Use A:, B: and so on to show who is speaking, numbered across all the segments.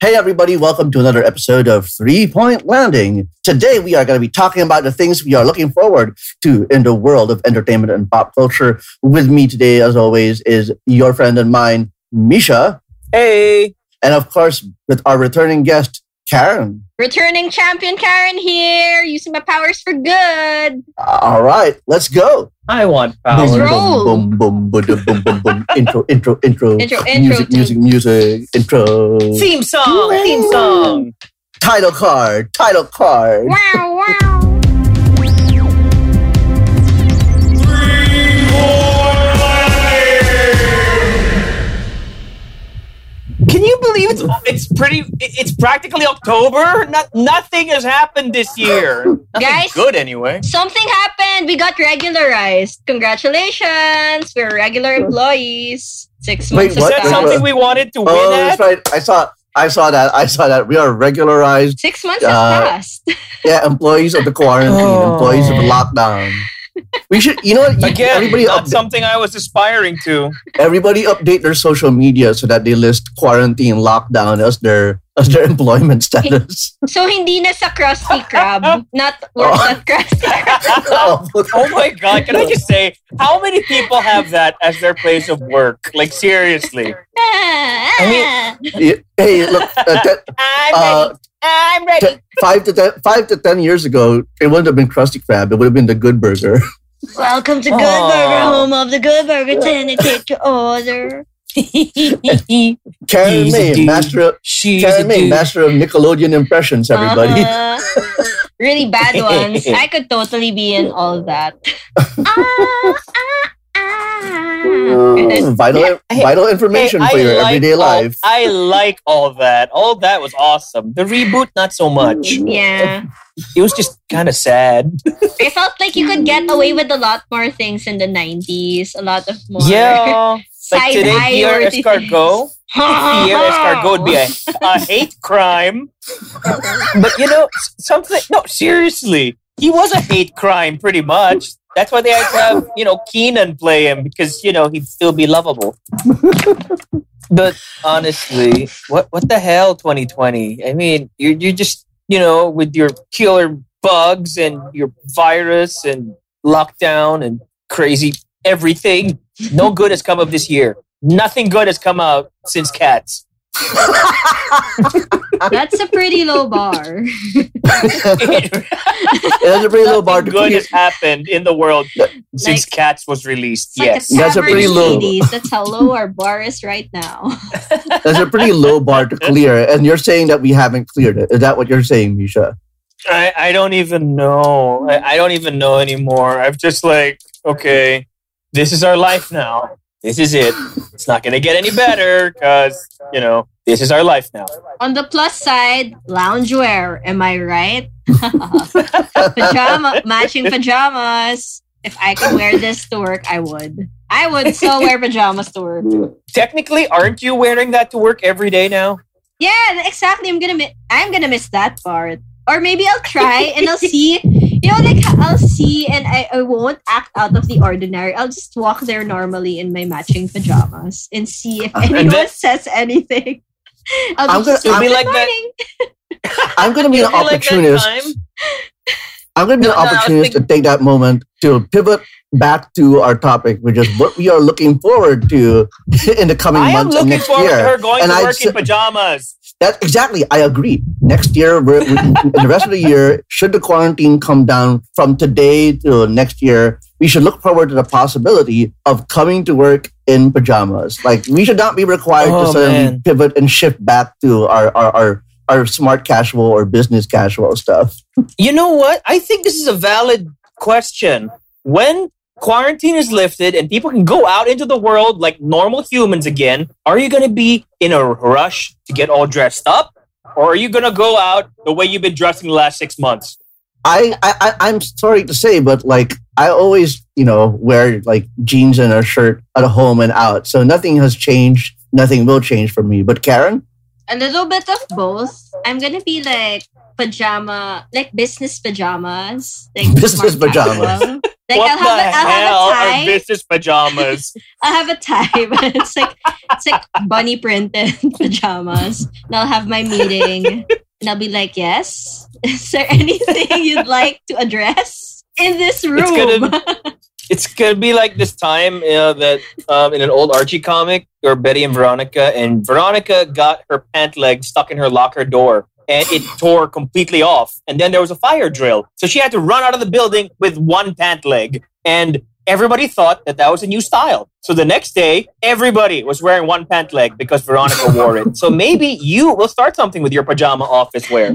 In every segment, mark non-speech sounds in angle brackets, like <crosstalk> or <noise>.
A: Hey, everybody, welcome to another episode of Three Point Landing. Today, we are going to be talking about the things we are looking forward to in the world of entertainment and pop culture. With me today, as always, is your friend and mine, Misha.
B: Hey.
A: And of course, with our returning guest, Karen.
C: Returning champion Karen here, using my powers for good.
A: All right, let's go.
B: I want
C: Let's
B: power.
C: Miserable. roll.
A: Boom, boom, boom, boom, boom, boom,
C: <laughs>
A: boom. Intro, intro, intro.
C: Intro, intro,
A: Music,
C: too.
A: music, music. Intro.
B: Theme song. Theme song.
A: Title card. Title card.
C: Wow, wow.
B: Can you believe it's it's pretty? it- It's practically October. Not nothing has happened this year. Nothing
C: Guys.
B: good anyway.
C: Something happened. We got regularized. Congratulations. We're regular employees. Six
A: Wait,
C: months
B: Is
A: What?
B: that
A: Wait,
C: of
B: something
A: what?
B: we wanted to win
A: Oh,
B: at?
A: that's right. I saw. I saw that. I saw that. We are regularized.
C: Six months
A: Uh,
C: have passed. <laughs>
A: Yeah, employees of the quarantine,
B: Oh.
A: employees of the lockdown. We should, you know, what? You-
B: Again,
A: everybody
B: not
A: upda-
B: something I was aspiring to.
A: everybody update their social media so that they list quarantine, lockdown as their as their employment
B: <laughs>
A: status. <laughs>
C: So hindi na sa Krusty Krab. Not work
A: Oh.
C: at Krusty
A: <laughs> oh,
B: Oh my god! Can I just say how many people have that as their place of work? Like seriously,
C: Ah. I
A: hey, look, uh,
B: <laughs>
A: ten,
B: I'm
A: uh,
B: I'm ready.
A: ten, five to ten, five to ten years ago, it wouldn't have been Krusty Krab. It would have been the Good Burger. <laughs>
C: Welcome to Good
B: Oh.
C: Burger, home of the Good Burger. Ten and take your order.
A: Karen
B: <laughs> He's a
A: May,
B: dude.
A: master of
B: She's
A: Karen
B: a
A: May,
B: dude.
A: master of Nickelodeon impressions. Everybody.
C: Uh-huh. really
A: <laughs>
C: bad ones. I could totally be in all that. <laughs> ah, ah,
B: Mm.
C: ah.
A: vital
B: Hey,
A: vital information
B: Hey,
A: for
B: I
A: your
B: like
A: everyday
B: all-
A: life.
B: <laughs>
A: <laughs>
B: I like all that. All that was awesome. The reboot, not so much.
A: Mm.
C: Yeah.
B: It was just kind of sad.
C: I felt like you could get away with a lot more things in the 90s. A lot of more. <laughs>
B: Yeah. <laughs> Like
C: Side
B: today,
C: eye
B: Pierre
C: or these
B: Escargot.
C: <laughs>
B: Pierre Escargot would be a, a hate crime. But you know, s- something. No, seriously. He was a hate crime, pretty much. That's why they had to have, you know, Keenan play him because, you know, he'd still be lovable. but honestly, what what the hell, 2020? I mean, you're, you're just, you know, with your killer bugs and your virus and lockdown and crazy everything, no good has come of this year. Nothing good has come out
A: <laughs>
B: since Cats.
C: That's a pretty low bar.
B: Nothing
A: That's a pretty low bar to
B: good
A: clear.
B: has happened in the world since
C: Like-
B: Cats was released. <laughs> yes.
C: It's Like
A: That's a
C: tavern
A: pretty low-
C: ladies. That's how low our bar is right now.
A: That's a pretty low bar to clear. And you're saying that we haven't cleared it. Is that what you're saying, Misha?
B: I, I don't even know. I, I don't even know anymore. I'm just like, okay, this is our life now. This is it. It's not going to get any better because, you know, this is our life now.
C: On the plus side, loungewear. Am I right? <laughs> Pajama matching pajamas. If I could wear this to work, I would. I would so wear pajamas to work.
B: Technically, aren't you wearing that to work every day now?
C: Yeah, exactly. I'm gonna miss. I'm gonna miss that part. Or maybe I'll try and I'll see. You know, like I'll see and I, I won't act out of the ordinary. I'll just walk there normally in my matching pajamas and see if
A: And
C: anyone
B: then-
C: says anything. I'll be
A: I'm gonna-
C: just
A: You'll
B: be
C: "Good
B: like that-
C: morning."
A: I'm going to be an
B: Feel like that
A: opportunist.
B: time?
A: I'm going to be
B: No,
A: an
B: no, I was
A: opportunist to
B: thinking-
A: take that moment to pivot back to our topic, which is what we are looking forward to <laughs> in the coming
B: I am
A: months and
B: looking
A: next
B: forward to
A: year.
B: her going
A: And
B: to
A: I'd
B: work in
A: s-
B: pajamas.
A: That exactly, I agree. Next year, we're, we, <laughs> the rest of the year, should the quarantine come down from today to next year, we should look forward to the possibility of coming to work in pajamas. Like we should not be required to
B: Oh,
A: suddenly
B: man.
A: pivot and shift back to our our, our our smart casual or business casual stuff.
B: You know what? I think this is a valid question. When quarantine is lifted and people can go out into the world like normal humans again, are you going to be in a rush to get all dressed up? Or are you going to go out the way you've been dressing the last six months?
A: I, I I- I'm sorry to say, but like I always, you know, wear like jeans and a shirt at home and out. So nothing has changed. Nothing will change for me. But Karen,
C: A little bit of both. I'm gonna be like pajama, like business pajamas, like
B: <laughs>
A: Business
C: smart casual. Like
B: what
C: I'll have
B: the
C: a, I'll
B: hell
C: have a
B: are
C: tie.
B: business pajamas?
C: I have a tie, <laughs> but it's like it's like bunny printed <laughs> pajamas. And I'll have my meeting, and I'll be like, "Yes, <laughs> is there anything you'd like to address in this room?"
B: gonna- it's gonna be like this time you know, that um, in an old Archie comic where Betty and Veronica and Veronica got her pant leg stuck in her locker door and it tore completely off. And then there was a fire drill, so she had to run out of the building with one pant leg. And everybody thought that that was a new style. So the next day, everybody was wearing one pant leg because Veronica wore it. So maybe you will start something with your pajama office wear.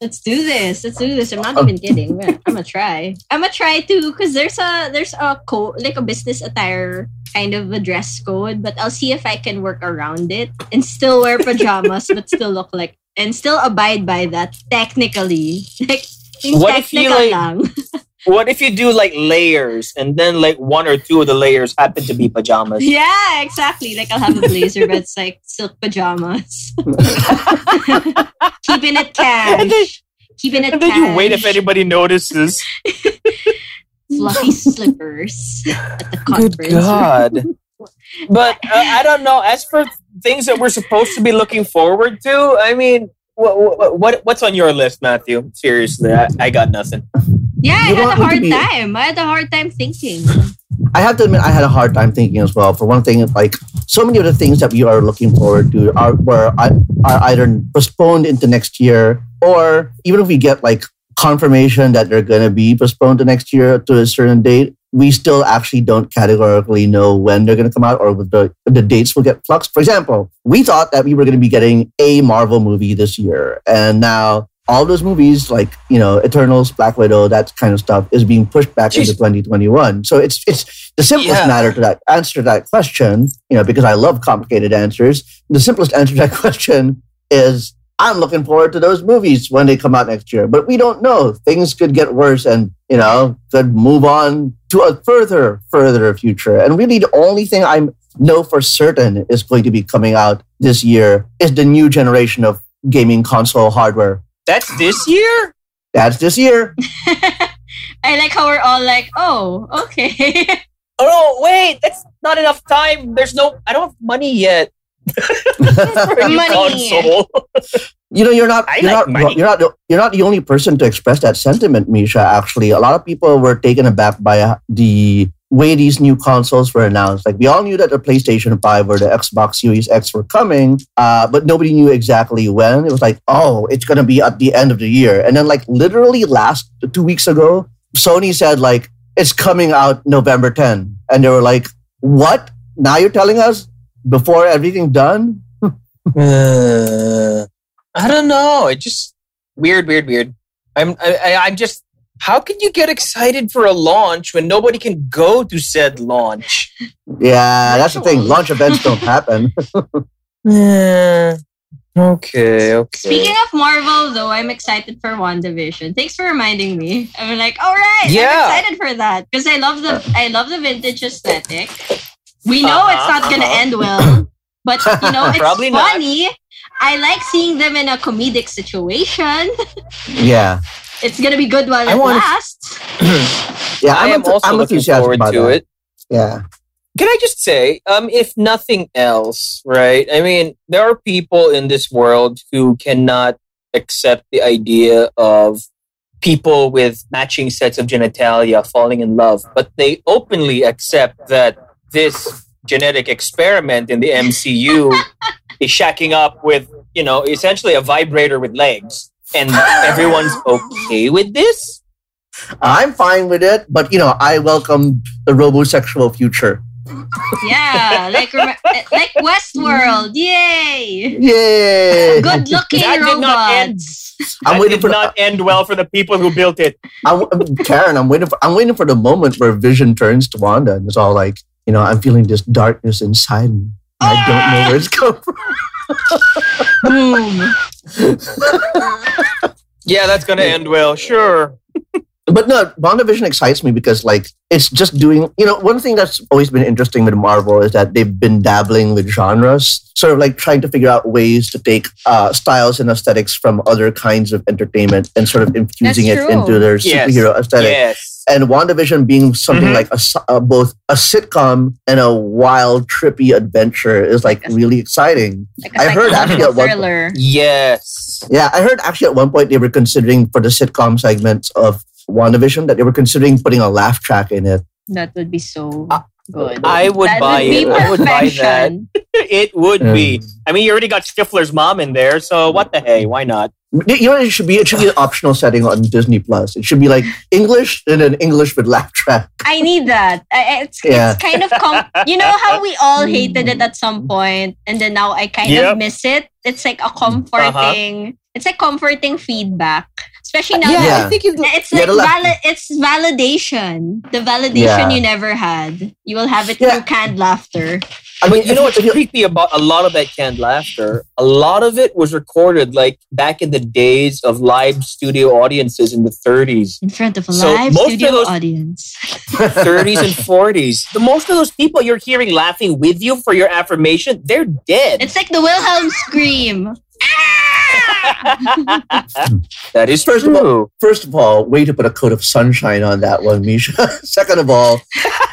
C: Let's do this. Let's do this. I'm
B: Oh.
C: not even kidding. I'm gonna try. I'm gonna try too, cause there's a there's a code like a business attire kind of a dress code, but I'll see if I can work around it and still wear pajamas, but still look like and still abide by that technically. <laughs> Like yung
B: What if you,
C: technical
B: like-
C: lang. <laughs>
B: What if you do like layers and then like one or two of the layers happen to be pajamas?
C: Yeah, exactly. Like I'll have a blazer, but it's like silk pajamas. <laughs> Keeping
B: <laughs> And then-
C: it cash. Keeping it
B: And then
C: cash.
B: you wait if anybody notices.
C: Fluffy slippers at the conference.
B: But uh, I don't know. As for things that we're supposed to be looking forward to, I mean, what, what what's on your list, Matthew? Seriously, I, I got nothing.
C: Yeah, I
A: You
C: had
A: want
C: a
A: me to
C: hard
A: be-
C: time. I had a hard time thinking. <laughs>
A: I have to admit, I had a hard time thinking as well. For one thing, like so many of the things that we are looking forward to are were ei- are either postponed into next year, or even if we get like confirmation that they're going to be postponed to next year to a certain date, we still actually don't categorically know when they're going to come out or if the if the dates will get flux. For example, we thought that we were going to be getting a Marvel movie this year, and now. All those movies, like you know, Eternals, Black Widow, that kind of stuff, is being pushed back into
B: Jeez.
A: 2021. So it's it's the simplest
B: Yeah.
A: matter to that answer to that question, you know, because I love complicated answers. The simplest <laughs> answer to that question is I'm looking forward to those movies when they come out next year. But we don't know. Things could get worse and, you know, could move on to a further, further future. And really the only thing I know for certain is going to be coming out this year is the new generation of gaming console hardware.
B: That's this year.
A: That's this year. <laughs>
C: I like how we're all like, oh, okay. <laughs>
B: Oh no! Wait, that's not enough time. There's no. I don't have money yet. for a new
C: Money.
B: console.
A: You know, you're not
B: I
A: you're not
B: like money.
A: you're not the- you're not the only person to express that sentiment, Misha. Actually, a lot of people were taken aback by uh, the way these new consoles were announced. Like we all knew that the PlayStation Five or the Xbox Series X were coming, uh, but nobody knew exactly when. It was like, oh, it's gonna be at the end of the year, and then like literally last two weeks ago, Sony said like it's coming out November 10, and they were like, what? Now you're telling us before everything done?
B: Uh, I don't know. It just weird, weird, weird. I'm I, I- I'm just. How can you get excited for a launch when nobody can go to said
A: <laughs>
B: launch?
A: Yeah, that's the thing.
C: Virtual.
A: Launch events
B: <laughs>
A: don't happen.
B: Yeah. Eh, Okay. Okay.
C: Speaking of Marvel, though, I'm excited for WandaVision. Thanks for reminding me. I'm like, all right,
B: Yeah.
C: I'm excited for that because I love the I love the vintage aesthetic. We know it's
B: Uh-huh,
C: not gonna
B: uh-huh. <coughs>
C: end well, but you know it's
B: Probably not.
C: funny. I like seeing them in a comedic situation.
A: Yeah.
C: It's gonna be good while
B: I
C: it
B: wanna- <laughs>
C: lasts.
A: Yeah,
B: I
A: I'm,
B: am
A: enthu-
B: also
A: I'm
B: looking
A: enthusiastic
B: forward
A: about
B: to
A: that.
B: it.
A: Yeah.
B: Can I just say, um, if nothing else, right? I mean, there are people in this world who cannot accept the idea of people with matching sets of genitalia falling in love, but they openly accept that this genetic experiment in the MCU is shacking up with, you know, essentially a vibrator with legs. And everyone's okay with this?
A: I'm fine with it, but you know, I welcome the robosexual future.
C: Yeah, like rem- like Westworld, yay!
A: Yay!
C: <laughs> Good looking
B: That did not end.
C: robots.
A: I'm
B: that
A: waiting
B: did
A: for the-
B: not end well for the people who built it.
A: I'm, Karen, I'm waiting for I'm waiting for the moment where Vision turns to Wanda and it's all like, you know, I'm feeling this darkness inside me. I don't know where it's coming from.
C: Boom.
B: Yeah, that's gonna end well. Sure.
A: But no, WandaVision excites me because like it's just doing you know, one thing that's always been interesting with Marvel is that they've been dabbling with genres, sort of like trying to figure out ways to take uh, styles and aesthetics from other kinds of entertainment and sort of infusing it
C: true.
A: into their
B: Yes.
A: superhero aesthetic.
B: Yes.
A: and WandaVision being something
B: Mhm.
A: like a, s- uh, both a sitcom and a wild, trippy adventure is like
C: Yes.
A: really exciting.
C: Like
A: I heard actually
C: psychological
A: at one-
C: thriller.
B: Yes.
A: Yeah, I heard actually at one point they were considering for the sitcom segments of WandaVision that they were considering putting a laugh track in it.
C: That would be so
B: I-
C: good.
B: I would
C: that
B: buy
C: would be
B: it. I would buy that.
C: perfection.
B: It would be. I mean, you already got Stifler's mom in there, so what the hey? Why not?
A: You know, it should be it should be an optional setting on Disney Plus. It should be like English and an English with laugh track.
C: I need that. I, it's,
A: Yeah.
C: it's kind of com- you know how we
B: <laughs>
C: all hated it at some point, and then now I kind
B: Yep. Uh-huh.
C: of miss it. It's like a comforting. It's like comforting feedback, especially now.
A: Yeah.
C: that
B: I think it.
C: It's
A: Yeah,
C: like
A: the la-
C: vali- it's validation. The validation
A: Yeah.
C: you never had. You will have it
A: Yeah.
C: through canned laughter.
A: I mean,
B: But you know what's
A: if you-
B: creepy about a lot of that canned laughter? A lot of it was recorded like back in the days of live studio audiences in the 30s,
C: in front of a
B: So,
C: live
B: most of
C: studio
B: those-
C: audience.
B: 30s
A: <laughs>
B: and 40s. The most of those people you're hearing laughing with you for your affirmation, they're dead. <laughs>
C: It's like the Wilhelm scream. Ah!
B: that is
A: First of all-
B: true.
A: First of all, way to put a coat of sunshine on that one, Misha. <laughs> Second of all,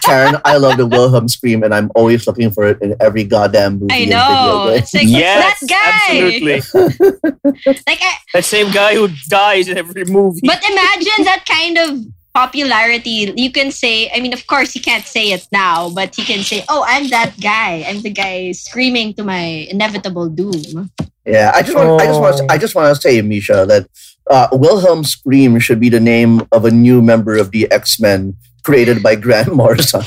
A: Karen, I love the Wilhelm scream, and I'm always looking for it in every goddamn movie.
C: I
A: and
C: know.
A: video game.
C: It's like that guy.
B: absolutely.
C: Like, I,
B: That same guy who dies in every movie.
C: but imagine that kind of popularity. You can say, I mean, of course, he can't say it now, but he can say, "Oh, I'm that guy. I'm the guy screaming to my inevitable doom."
A: Yeah, I just want, I just want, to, I just want to say, Misha, that uh, Wilhelm Scream should be the name of a new member of the X Men created by Grant <laughs> Morrison.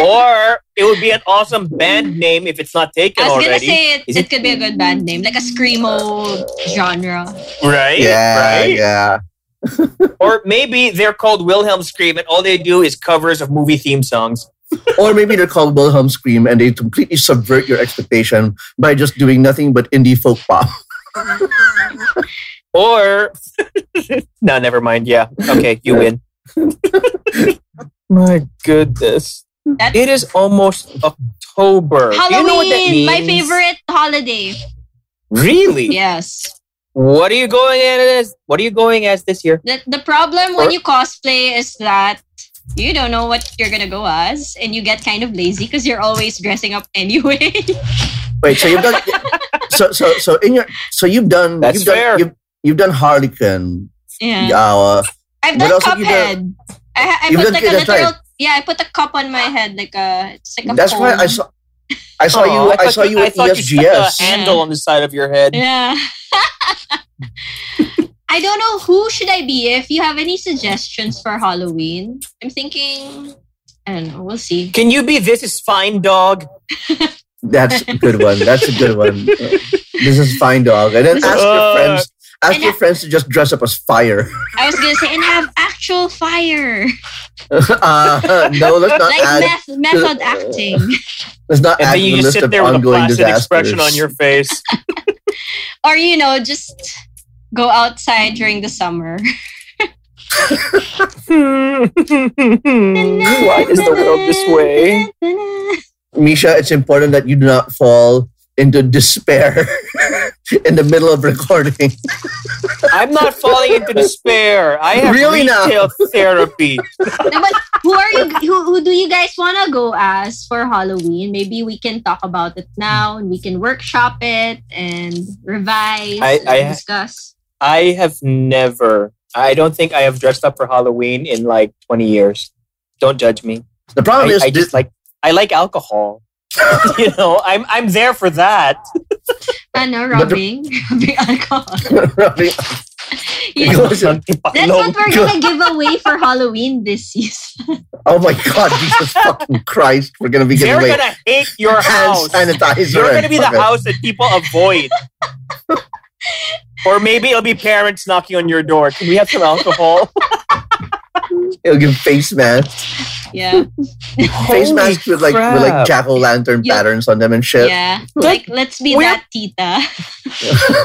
B: or it would be an awesome band name if it's not taken
C: I was gonna
B: already.
C: say it,
B: Is
C: it, could be a good band name, like a screamo genre.
B: right?
A: Yeah,
B: right?
A: yeah.
B: Or maybe they're called Wilhelm Scream and all they do is covers of movie theme songs.
A: Or maybe they're called Wilhelm Scream, and they completely subvert your expectation by just doing nothing but indie folk pop. <laughs>
B: Or <laughs> no, never mind. Yeah. Okay, you win. My goodness.
C: That's-
B: It is almost October. Do
C: Halloween,
B: you know what that means?
C: my favorite holiday.
B: Really?
C: Yes.
B: What are you going as? What are you going as this year?
C: The, the problem when
B: Or-
C: you cosplay is that you don't know what you're gonna go as, and you get kind of lazy because you're always dressing up anyway. <laughs>
A: Wait, so you've done <laughs> so so so in your so you've done
B: That's
A: you've done
B: fair.
A: You've, you've done Harlequin.
C: yeah.
A: Uh,
C: I've
A: What
C: done
A: else have you
C: Cuphead. I, ha- I
A: You've
C: put
A: done-
C: like a
A: that's right.
C: literal. Yeah, I put a cup on my head, like a. It's like a.
A: that's why I
C: cone.
A: saw I saw
B: Aw,
A: you I,
B: thought
A: saw you
B: Oh, I
A: at E
B: thought stuck
A: ESGS.
B: a handle on the side of your head.
C: Yeah. <laughs> I don't know who should I be. If you have any suggestions for Halloween, I'm thinking. I don't know. We'll see.
B: Can you be this is fine dog?
A: That's a good one. That's a good
B: <laughs>
A: one. this is fine, dog. And then
C: This is-
A: ask your
B: Uh.
A: friends. Ask
C: And
A: your
C: ha-
A: friends to just dress up as fire. <laughs>
C: I was gonna say and have actual fire,
A: uh, no, let's not
C: like
A: add.
C: meth- method acting.
A: Let's not
B: And
A: add
B: then
A: to
B: you
A: the
B: just
A: list
B: sit
A: of
B: there with a
A: ongoing
B: placid
A: disasters.
B: expression on your face. <laughs>
C: or you know just go outside during the summer
B: Mm, Why is the world this
C: <laughs>
B: way?
A: Misha, it's important that you do not fall into despair <laughs> in the middle of recording.
B: I'm not falling into despair. I have
A: Really not. <laughs>
B: retail therapy.
C: No, but who are you who, who do you guys want to go as for halloween maybe we can talk about it now and we can workshop it and revise
B: I-
C: and
B: I-
C: discuss
B: I have never. I don't think I have dressed up for Halloween in like 20 years. Don't judge me.
A: The problem
B: I,
A: is,
B: I
A: this,
B: just like I like
A: <laughs>
B: alcohol. <laughs> you know, I'm I'm there for that.
C: ano
A: But the-
C: rubbing <laughs> rubbing
B: <laughs>
C: alcohol
A: <laughs> Go
C: Yeah.
A: with it.
C: that's what we're gonna give away for halloween this season <laughs>
A: oh my God,
B: <laughs>
A: Jesus fucking Christ, we're gonna be
B: They're
A: giving away
B: gonna hate
A: <laughs>
B: your
A: hand
B: house.
A: sanitizer.
B: You're
A: and
B: gonna be the
A: fucking-
B: house that people
A: <laughs>
B: avoid. or maybe it'll be parents knocking on your door. Can we have some alcohol?
A: It'll give face masks,
C: yeah
A: <laughs> face masks with like with like jack o' lantern
C: Yeah.
A: patterns on them and shit.
C: yeah like let's be
B: We're-
C: that tita <laughs>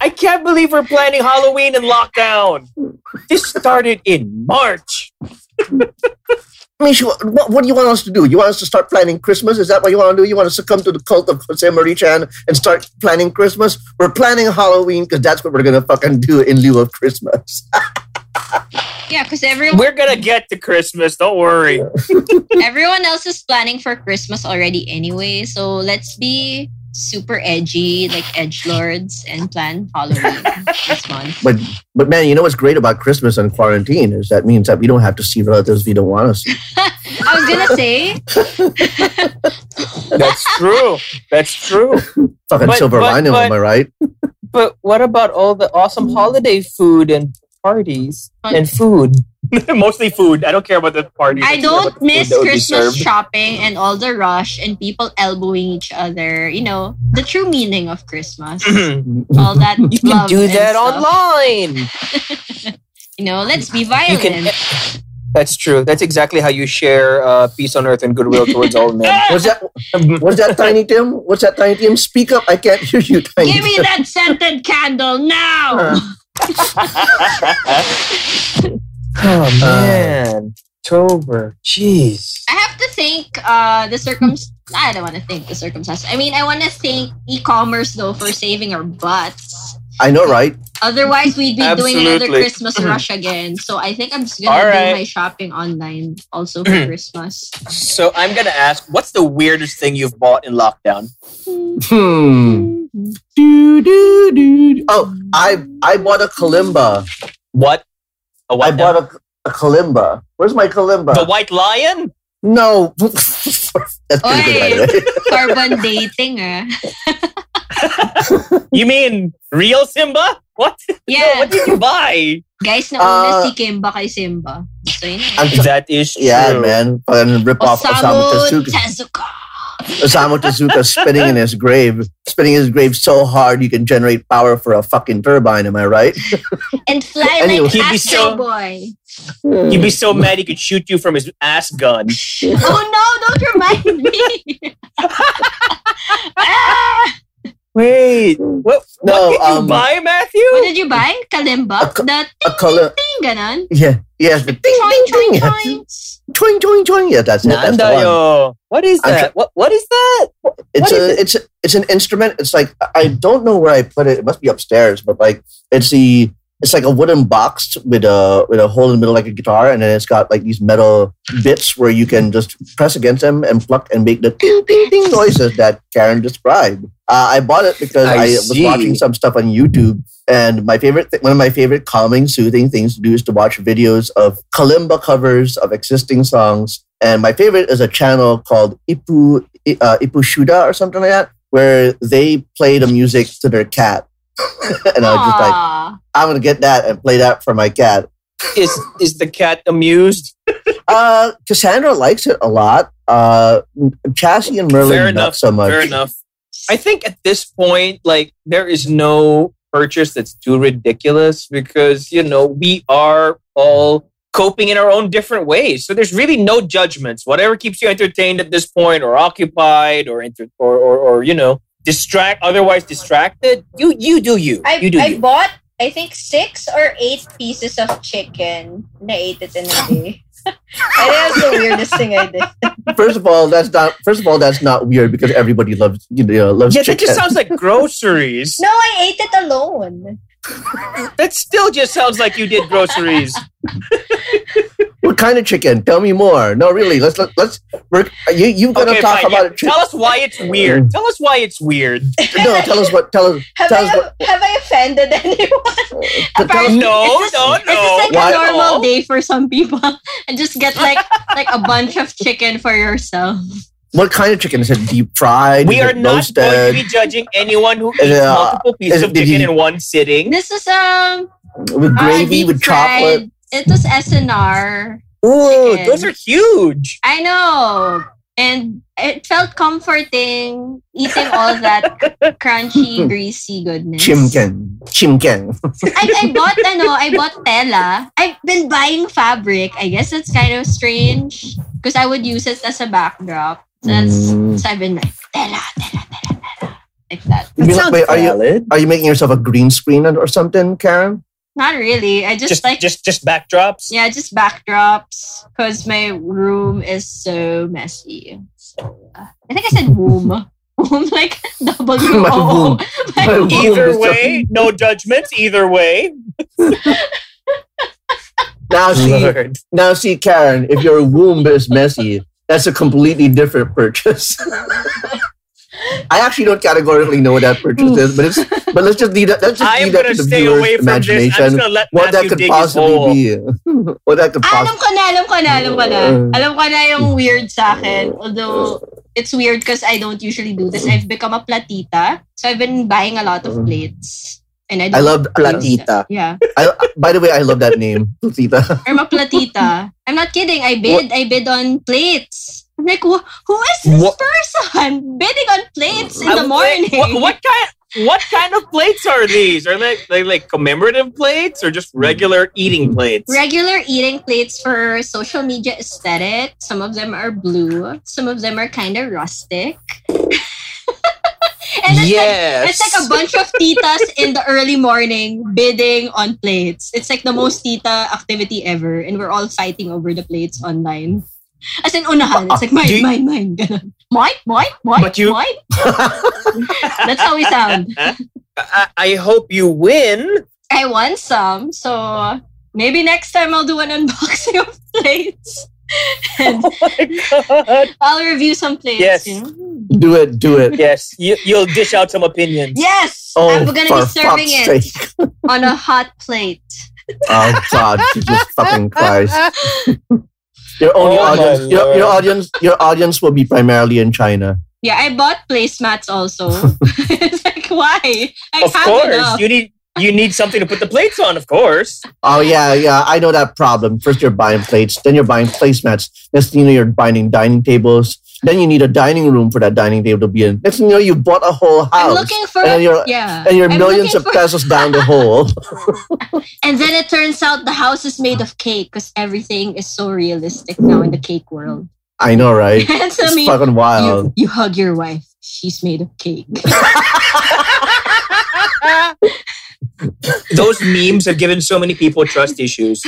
B: I can't believe we're planning Halloween in lockdown. This started in March.
A: Misha, what, what do you want us to do? You want us to start planning Christmas? Is that what you want to do? You want us to come to the cult of Jose Marie Chan and start planning Christmas? <laughs> We're planning Halloween because that's what we're going to fucking do in lieu of Christmas.
C: Yeah, because everyone
B: We're gonna get to Christmas. Don't worry.
C: everyone else is planning for Christmas already anyway. So let's be super edgy, like edge lords, and plan Halloween this month.
A: But but man, you know what's great about Christmas and quarantine is that means that we don't have to see relatives we don't want to see.
C: I was gonna say
B: That's true. That's true.
A: Fucking
B: But-
A: silver
B: but-
A: lining,
B: but-
A: am I right?
B: But what about all the awesome holiday food and parties and food? <laughs> Mostly food. I don't care about the parties.
C: I
B: care about
C: don't
B: the food
C: miss
B: that would be
C: Christmas
B: served.
C: shopping and all the rush and people elbowing each other. You know the true meaning of Christmas.
A: <laughs>
B: <clears throat>
C: <laughs> all that
B: you can
C: love
B: do
C: and
B: that
C: stuff.
B: online.
C: You know, let's be
B: You
C: violent.
B: can. <laughs> That's true. That's exactly how you share uh, peace on earth and goodwill towards all men.
A: <laughs> What's that? What's that, Tiny Tim? What's that, Tiny Tim? Speak up! I can't hear you, Tiny.
C: Give me
A: Tim.
C: that scented candle now.
B: oh man, October. Jeez.
C: I have to thank uh, the circum. I don't want to thank the circumstances. I mean, I want to thank e-commerce though for saving our butts.
A: I know, right?
C: Otherwise, we'd be doing another
B: Absolutely.
C: Christmas
A: Mm-hmm.
C: rush again. So I think I'm just gonna
B: All
C: do
B: right.
C: my shopping online also
A: Mm-hmm.
C: for Christmas.
B: So I'm gonna ask, what's the weirdest thing you've bought in lockdown?
A: Hmm. Do, do, do, do. Oh, I I bought a kalimba.
B: What? A
A: I
B: what? now?
A: bought a, a kalimba. Where's my kalimba?
B: the White Lion?
A: no. <laughs> That's pretty good, by the way.
C: Carbon dating, ah.
B: You mean real Simba? What? No,
C: Yeah,
B: <laughs> what did you buy?
C: guys, nauna
A: Uh,
C: si Kimba kay Simba. So yun. na.
A: I'm tr-
B: That is true.
A: yeah, man. Fucking rip off Osamu
C: Osamu
A: Tezuka.
C: Tezuka.
A: Osamu Tezuka spinning in his grave, spinning his grave so hard you can generate power for a fucking turbine. Am I right?
C: And fly
A: Anyway.
C: like
B: He'd be
C: Astro
B: so-
C: Boy.
B: He'd be so mad he could shoot you from his ass gun.
C: Oh no, don't remind me.
A: <laughs>
C: <laughs> Ah!
B: Wait, what?
A: No,
B: what did you
A: um,
B: buy, Matthew?
C: What did you buy? Kalimba?
A: A-
C: The
A: A color.
C: thing, ganon?
A: Yeah. Yes. But ding,
C: Choing,
A: ding,
C: choing,
A: ding.
C: choing.
A: Twing, twing, twing. Yeah, that's it. That's the one.
B: Nandayo. What is
A: I'm
B: that?
A: sure-
B: what? What is that?
A: It's
B: What is
A: a,
B: it?
A: it's a, it's an instrument. It's like I- I don't know where I put it. It must be upstairs, but like it's the it's like a wooden box with a with a hole in the middle like a guitar, and then it's got like these metal bits where you can just press against them and pluck and make the ding ding ding noises that Karen described. Uh, I bought it because
B: I
A: I, was
B: see.
A: watching some stuff on YouTube, and my favorite th- one of my favorite calming, soothing things to do is to watch videos of kalimba covers of existing songs. And my favorite is a channel called Ipu I- uh, Ipushuda or something like that, where they play the music to their cat. <laughs> and I was just like,
C: Aw.
A: I'm gonna get that and play that for my cat.
B: Is is the cat amused?
A: Uh, Cassandra likes it a lot. Uh, Chassie and Merlin
B: Fair
A: not
B: enough,
A: so much.
B: Fair enough. I think at this point, like there is no purchase that's too ridiculous because you know we are all coping in our own different ways. So there's really no judgments. Whatever keeps you entertained at this point, or occupied, or inter- or, or or you know distract otherwise distracted. You you do you.
D: I,
B: you do
D: I
B: you.
D: bought, I think, six or eight pieces of chicken. And I ate it in a day. <laughs> I think that's the weirdest thing I did.
A: First of all, that's not. First of all, that's not weird because everybody loves you know loves
B: yeah, that
A: chicken.
B: just sounds like groceries.
D: No, I ate it alone.
B: That still just sounds like you did groceries.
A: what kind of chicken? Tell me more. No, really. Let's let, let's. We're, you you gonna
B: Okay,
A: talk
B: fine,
A: about
B: yeah.
A: it?
B: Tell us why it's
A: Mm.
B: weird. Tell us why it's weird.
A: no, tell us what. Tell us.
D: Have
A: Tell
D: I,
A: us
C: <laughs>
A: what.
D: have I offended anyone?
A: t- Tell us,
B: No,
C: It's just-
B: no,
C: It's
B: no.
C: just like
A: Why-
C: a normal day for some people, <laughs> and just get like
B: <laughs>
C: like a bunch of chicken for yourself.
A: what kind of chicken is it? Deep fried?
B: We
A: Is
B: are
A: it
B: not
A: roasted?
B: going to be judging anyone who eats
A: Yeah.
B: multiple pieces
A: uh, Is it-
B: of
A: did
B: chicken
A: you-
B: in one sitting.
C: This is um
A: with
C: uh,
A: gravy,
C: deep
A: with chocolate.
C: fried. It was SNR.
B: Ooh,
C: chicken.
B: those are huge.
C: I know. And it felt comforting eating all
A: <laughs>
C: that crunchy, greasy goodness.
A: Chimken, chimken.
C: I, I bought, ano, I bought tela. I've been buying fabric. I guess it's kind of strange because I would use it as a backdrop. That's,
A: Mm.
C: So I've been like, tela, tela, tela, tela. Like that.
A: You mean, wait, are you
B: valid.
A: are you making yourself a green screen or something, Karen?
C: Not really. I just,
B: Just,
C: like,
B: just, just backdrops.
C: yeah, just backdrops because my room is so messy. So, uh, I think I said womb. <laughs> Womb, like
A: <laughs>
C: W O. <laughs>
A: womb. My womb
B: Either
A: is so-
B: way, no judgments. Either way,
A: Now
B: <laughs>
A: see,
B: Lord.
A: now see, Karen, if your womb is messy, that's a completely different purchase. <laughs> I actually don't categorically know what that purchase is, but
B: <laughs>
A: it's but let's just leave that. Let's just
B: I am
A: leave that
B: going
A: to
B: to
A: the
B: stay
A: viewer's
B: away from this. I'm
A: imagination.
B: just going to let
A: what that
B: Matthew
A: could
B: dig his hole.
A: possibly be. <laughs> what that could
C: Ah, Alam
A: possibly.
C: ko na, alam ko na, alam ko na. Alam ko na yung weird sa akin. Although, it's weird because I don't usually do this. I've become a platita. So, I've been buying a lot of plates. And I,
A: I
C: don't-
A: love Platita.
C: Yeah.
A: I, by the way, I love that name, Platita.
C: I'm a platita. <laughs> I'm not kidding. I bid. I bid on plates. I'm like, wh- who is this
B: What-
C: person <laughs> bidding on plates in
B: I was
C: the morning?
B: like, What, what kind? What kind of plates are these? Are they, they like commemorative plates or just regular eating plates?
C: Regular eating plates for social media aesthetic. Some of them are blue. Some of them are kind of rustic. <laughs> and it's like
B: yes.
C: It's like a bunch of titas in the early morning bidding on plates. It's like the most tita activity ever, and we're all fighting over the plates online. As in unahan, it's like mine,
B: Do you-
C: mine, mine, ganun. Mine, mine, mine,
B: But you-
C: mine. That's how we sound.
B: I, I hope you win.
C: I want some, so maybe next time I'll do an unboxing of plates. and
B: Oh my god.
C: I'll review some plates.
B: Yes.
C: you
A: <laughs>
C: know?
A: do it, do it.
B: Yes, you, you'll dish out some opinions.
C: Yes!
A: Oh,
C: I'm gonna
A: for
C: be serving
A: fuck's
C: it
A: sake.
C: on a hot plate.
A: Oh God, Jesus fucking
B: <laughs>
A: Christ! Your only
B: Oh, my
A: audience, your, your
B: Lord.
A: audience, your audience will be primarily in China.
C: Yeah, I bought placemats
A: <laughs>
C: also. <laughs> it's like, why? I
B: Of
C: have
B: course,
C: enough.
B: you need you need something to put the plates on. Of course.
A: Oh yeah, yeah, I know that problem. First, you're buying plates, then you're buying placemats. Next thing you know, you're buying dining tables. Then you need a dining room for that dining table to be in. Next thing you know, you bought a whole
C: I'm
A: house,
C: looking for
A: and you're
C: yeah.
A: and you're
C: I'm
A: millions
C: looking
A: of
C: for-
A: pesos down the
C: <laughs>
A: hole.
C: And then it turns out the house is made of cake because everything is so realistic now in the cake world.
A: I know, right?
C: and so I
A: <laughs> It's
C: mean,
A: fucking wild.
C: you, you hug your wife. She's made of cake. <laughs>
B: Those memes have given so many people trust issues.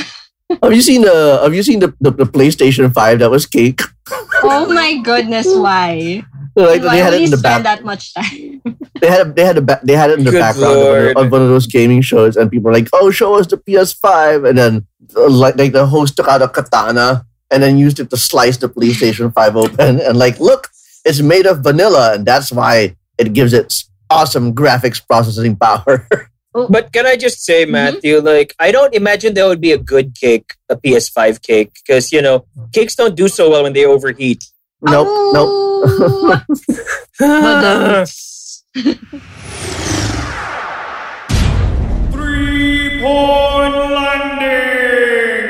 A: Have you seen the Have you seen the, the, the PlayStation Five that was cake? <laughs>
C: oh my goodness, why?
A: Like
C: why
A: they had it
C: would
A: in
C: you
A: the
C: spend
A: back.
C: that much time?
A: They had they had a ba- they had it in the
B: Good
A: background of one, of,
B: Lord.
A: of one of those gaming shows, and people were like, "Oh, show us the PS5," and then uh, like like the host took out a katana and then used it to slice the PlayStation Five open, <laughs> and like, look, it's made of vanilla, and that's why it gives it awesome graphics processing power. <laughs>
B: But can I just say, Matthew, like, I don't imagine there would be a good cake, a PS5 cake, because, you know, cakes don't do so well when they overheat.
A: nope,
C: Oh.
A: nope. <laughs>
C: nope.
B: <laughs>
E: Three point landing.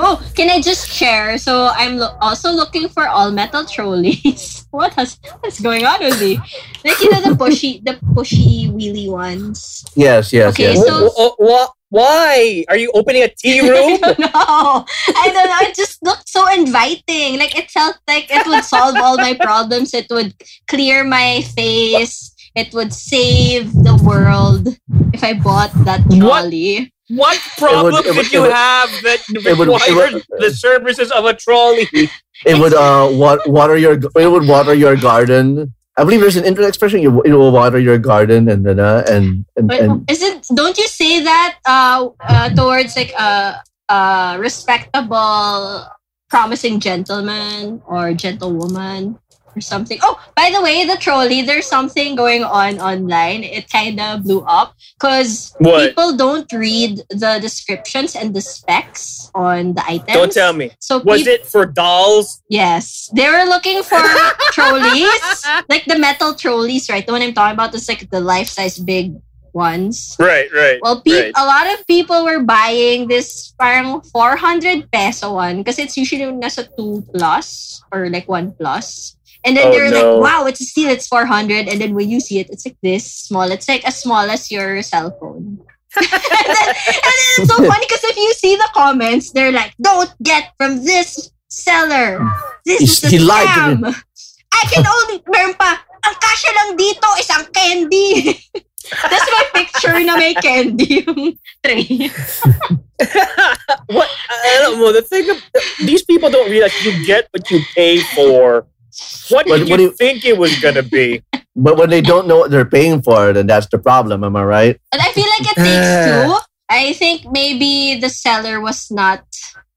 C: Oh, can I just share? So I'm lo- also looking for all metal trolleys. <laughs> what has what's going on with me? Like you know the pushy the pushy wheelie ones.
A: Yes, yes,
C: Okay,
A: yes.
C: so-
B: Wh- wh- wh- Why? Are you opening a tea
C: I <laughs>
B: room?
C: don't know. I don't know. It just looked so inviting. Like it felt like it would solve all my problems. It would clear my face. It would save the world if I bought that trolley.
B: what problem
A: it would-
B: did you
A: it would-
B: have that
A: it would-
B: required
A: it would-
B: the services of a trolley?
A: it would uh wa- water your it would water your garden. I believe there's an internet expression. You, it will water your garden, and then uh, and and,
C: But
A: and
C: is it? Don't you say that uh, uh, towards like a uh, uh, respectable, promising gentleman or gentlewoman or something? Oh, by the way, the trolley. There's something going on online. It kind of blew up because
B: What?
C: people don't read the descriptions and the specs on the items.
B: Don't tell me.
C: So
B: Was
C: people,
B: it for dolls?
C: yes, they were
B: <laughs>
C: looking for trolleys, like the metal trolleys, right? The one I'm talking about is like the life-size big ones.
B: Right, right.
C: Well, pe-
B: Right.
C: a lot of people were buying this parang 400 peso one because it's usually nasa 2 plus or like 1 plus. And then
B: Oh,
C: they're
B: no.
C: like, wow, it's a steal, it's 400. And then when you see it, it's like this small. It's like as small as your cell phone. <laughs> and, then, and then
B: <laughs>
C: it's so funny because if you see the comments, they're like, don't get from this seller. This
A: He-
C: is a
A: he lied to
C: scam. I can only, meron pa, ang kasya lang dito, isang candy. <laughs> That's my picture na may candy yung tray. uh,
B: <laughs> what I don't know. The thing of, these people don't realize you get what you pay for. What
A: What-
B: did
A: what do
B: you
A: you-
B: think it was gonna be?
A: But when they don't know what they're paying for, then that's the problem. Am I right?
C: And I feel like it takes two I think maybe the seller was not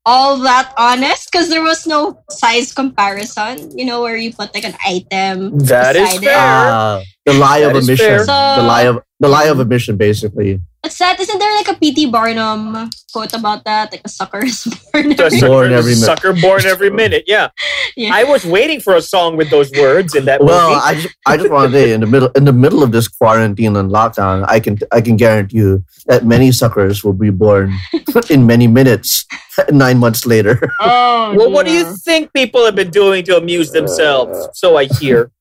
C: all that honest because there was no size comparison, you know, where you put like an item.
B: That is
C: Decided. Uh,
B: fair.
A: Ah, the lie
B: That
A: of
B: is
A: omission.
B: fair.
A: the lie of the lie of omission, basically.
C: What's that? Isn't there like a P.T. Barnum quote about that? Like a sucker is <laughs> born.
B: So a
A: Born
B: sucker,
A: every minute.
B: sucker born every minute. Yeah.
C: Yeah.
B: I was waiting for a song with those words in that
A: Well,
B: movie.
A: I just I just want to say in the middle in the middle of this quarantine and lockdown, I can I can guarantee you that many suckers will be born <laughs> in many minutes <laughs> nine months
B: <laughs>
A: later.
C: Oh,
B: well, what do
C: dear.
B: you think people have been doing to amuse
A: Uh.
B: themselves? So I hear.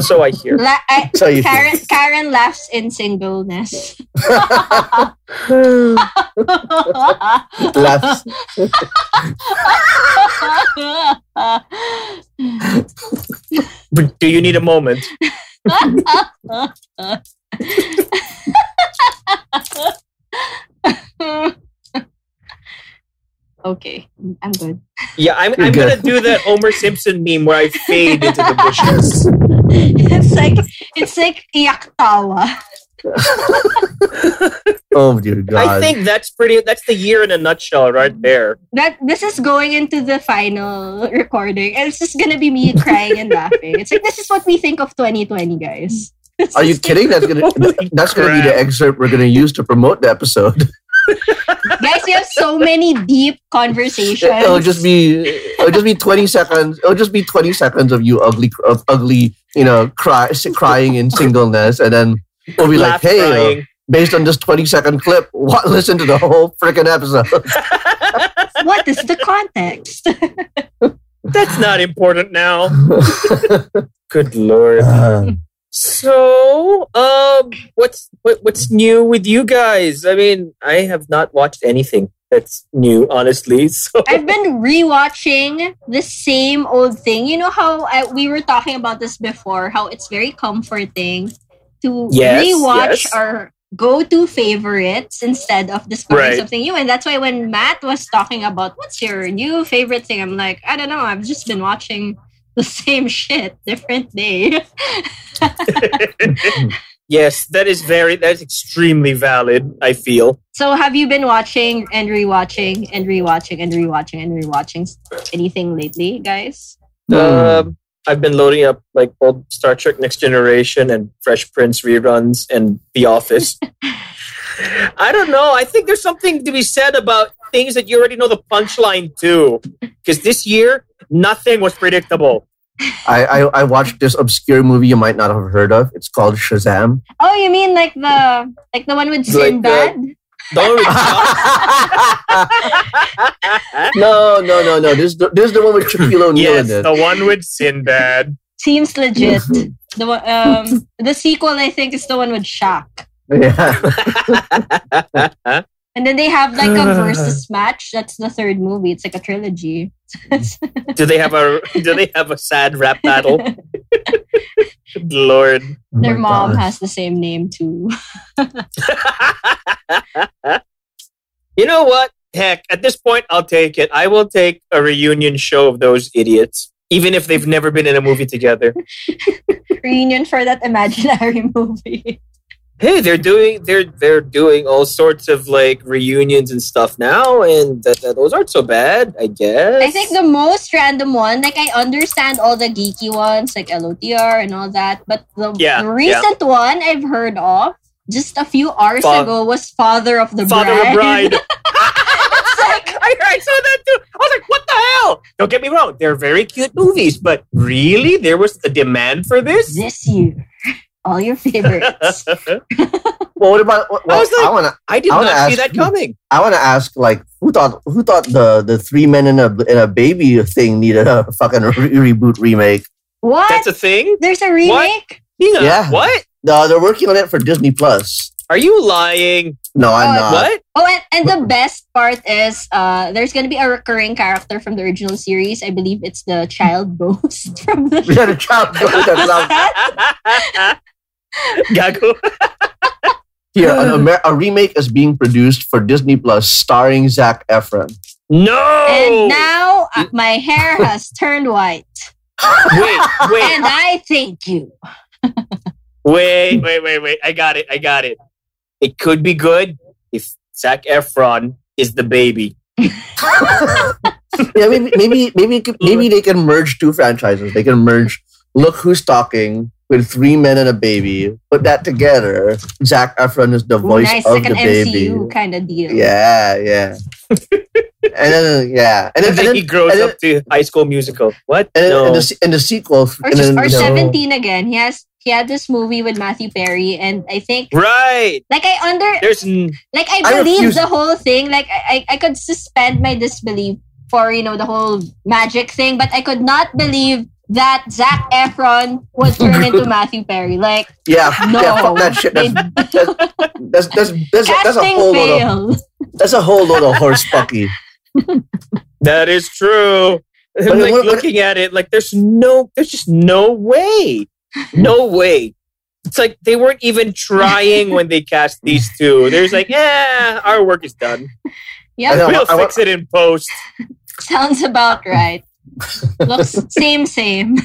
B: So I hear.
C: La- I-
A: So you
C: Karen, Karen laughs in singleness.
A: laughs.
B: But do you need a moment?
C: okay, I'm good.
B: Yeah, I'm,
A: You're
B: I'm
A: good.
B: going to do that Homer Simpson meme where I fade into the bushes.
A: <laughs>
C: it's like it's like iyak tawa.
A: Oh dear God.
B: I think that's pretty, that's the year in a nutshell right there.
C: That this is going into the final recording, and it's just gonna be me crying and laughing. It's like this is what we think of 2020, guys.
A: Are you kidding? That's
B: <laughs>
A: gonna
B: Holy
A: that's gonna be
B: crap.
A: the excerpt we're gonna use to promote the episode.
C: guys, we have so many deep conversations.
A: It'll just be it'll just be twenty seconds. It'll just be twenty seconds of you ugly of ugly you know cry crying in singleness, and then we'll be like,
B: Laugh
A: hey, uh,
B: crying.
A: based on this twenty second clip, <laughs> what, listen to the whole freaking episode. <laughs>
C: what is the context?
B: <laughs> That's not
A: <laughs>
B: important now. Good lord.
A: Um,
B: So, um, what's what, what's new with you guys? I mean, I have not watched anything that's new, honestly. <laughs> So,
C: I've been rewatching the same old thing. You know how I, we were talking about this before, how it's very comforting to
B: Yes,
C: rewatch
B: yes.
C: our go-to favorites instead of discovering
B: Right.
C: something new. And that's why when Matt was talking about what's your new favorite thing, I'm like, I don't know, I've just been watching the <laughs> same shit, different day. <laughs>
B: yes, that is very that's extremely valid. I feel.
C: So have you been watching and rewatching and rewatching and rewatching and rewatching anything lately, guys?
A: Hmm.
B: Um, I've been loading up like old Star Trek Next Generation and Fresh Prince reruns and The Office. I don't know. I think there's something to be said about things that you already know the punchline to. Because this year, nothing was predictable.
A: I, I I watched this obscure movie you might not have heard of. It's called Shazam.
C: Oh, you mean like the like the one with
B: Like
C: Sinbad?
A: <laughs>
B: Don't
A: no, no, no, no. This is the, this is the one with Shaquille O'Neal
B: yes,
A: in it.
B: the one with Sinbad.
C: Seems
B: <laughs>
C: legit. the one- um the sequel I think is the one with Shaq.
A: <laughs> Yeah.
C: And then they have like a versus match. That's the third movie. It's like a trilogy. <laughs>
B: do they have a Do they have a sad rap
C: <laughs>
B: battle? Good Lord.
C: Their
A: Oh my
C: mom
A: God.
C: has the same name too. <laughs>
B: you know what? Heck, at this point, I'll take it. I will take a reunion show of those idiots, even if they've never been in a movie
C: <laughs>
B: together.
C: Reunion for that imaginary <laughs> movie.
B: hey, they're doing they're they're doing all sorts of like reunions and stuff now, and th- th- those aren't so bad, I guess.
C: I think the most random one, like I understand all the geeky ones, like LOTR and all that, but the
B: Yeah,
C: the recent one I've heard of just a few hours
B: Fa-
C: ago was Father of the
B: Father of
C: Bride. <laughs>
B: Bride. I, I saw that too. I was like, what the hell? Don't get me wrong. They're very cute movies, but really? There was a demand for this?
C: this year. All
B: <laughs>
C: your favorites.
A: Well, what about? Well,
B: I was like-
A: I want to
B: I did
A: I wanna
B: not see
A: ask
B: that
A: you.
B: coming.
A: I want to ask like who thought who thought the the three men and a and a baby thing needed a fucking re- reboot remake.
C: what?
B: That's a thing?
C: There's a remake?
B: Hang on.
A: Yeah.
B: What?
A: No, they're working on it for Disney Plus.
B: Are you lying?
A: No, I'm
C: Oh,
A: not.
B: what?
C: Oh, and, and the best part is uh, there's going to be a recurring character from the original series. I believe it's the child ghost <laughs> from the.
A: <laughs> We had a child. <laughs> That's not-
B: Gago.
A: Here, an Amer- a remake is being produced for Disney Plus, starring Zach Efron. <laughs>
B: No.
C: And now uh, my hair has turned white.
B: wait, wait,
C: And I thank you.
B: wait, wait, wait, wait. I got it. I got it. It could be good if Zach Efron is the baby.
A: yeah, maybe maybe maybe it could- maybe they can merge two franchises. They can merge Look Who's Talking with three men and a baby. Put that together. Zach Efron is the voice
C: nice,
A: of
C: like
A: the
C: an
A: baby.
C: MCU kind of deal.
A: Yeah, yeah.
C: <laughs>
A: and then yeah, and then,
B: And then
A: and
B: he
A: then,
B: grows
A: and then-
B: up to High School Musical. What?
A: and,
B: no.
A: and the, se- and the sequel.
C: Or,
A: and
C: just,
A: then,
C: or
A: you know,
C: 17 again. He has he had this movie with Matthew Perry, and I think
B: right.
C: like I under
B: There's n-
C: like I
A: I
C: believe
A: refuse-
C: the whole thing. Like I, I I could suspend my disbelief for you know the whole magic thing, but I could not believe that Zach Efron
A: <laughs>
C: was turned into Matthew Perry. Like
A: Yeah,
C: No.
A: yeah. Fuck that shit. That's
C: <laughs>
A: that's that's that's, that's, that's a
C: casting
A: whole load of, <laughs>
C: fail.
A: that's a whole load of horse fucky.
B: that is true. I'm like
A: what- but-
B: looking at it, like there's no, there's just no way, no way. It's like they weren't even trying when they cast these two. There's like, yeah, our work is done.
A: I
C: Yeah,
A: know,
B: We'll
A: I wa-
B: fix it in post.
C: sounds about right. Looks
A: <laughs>
C: same same.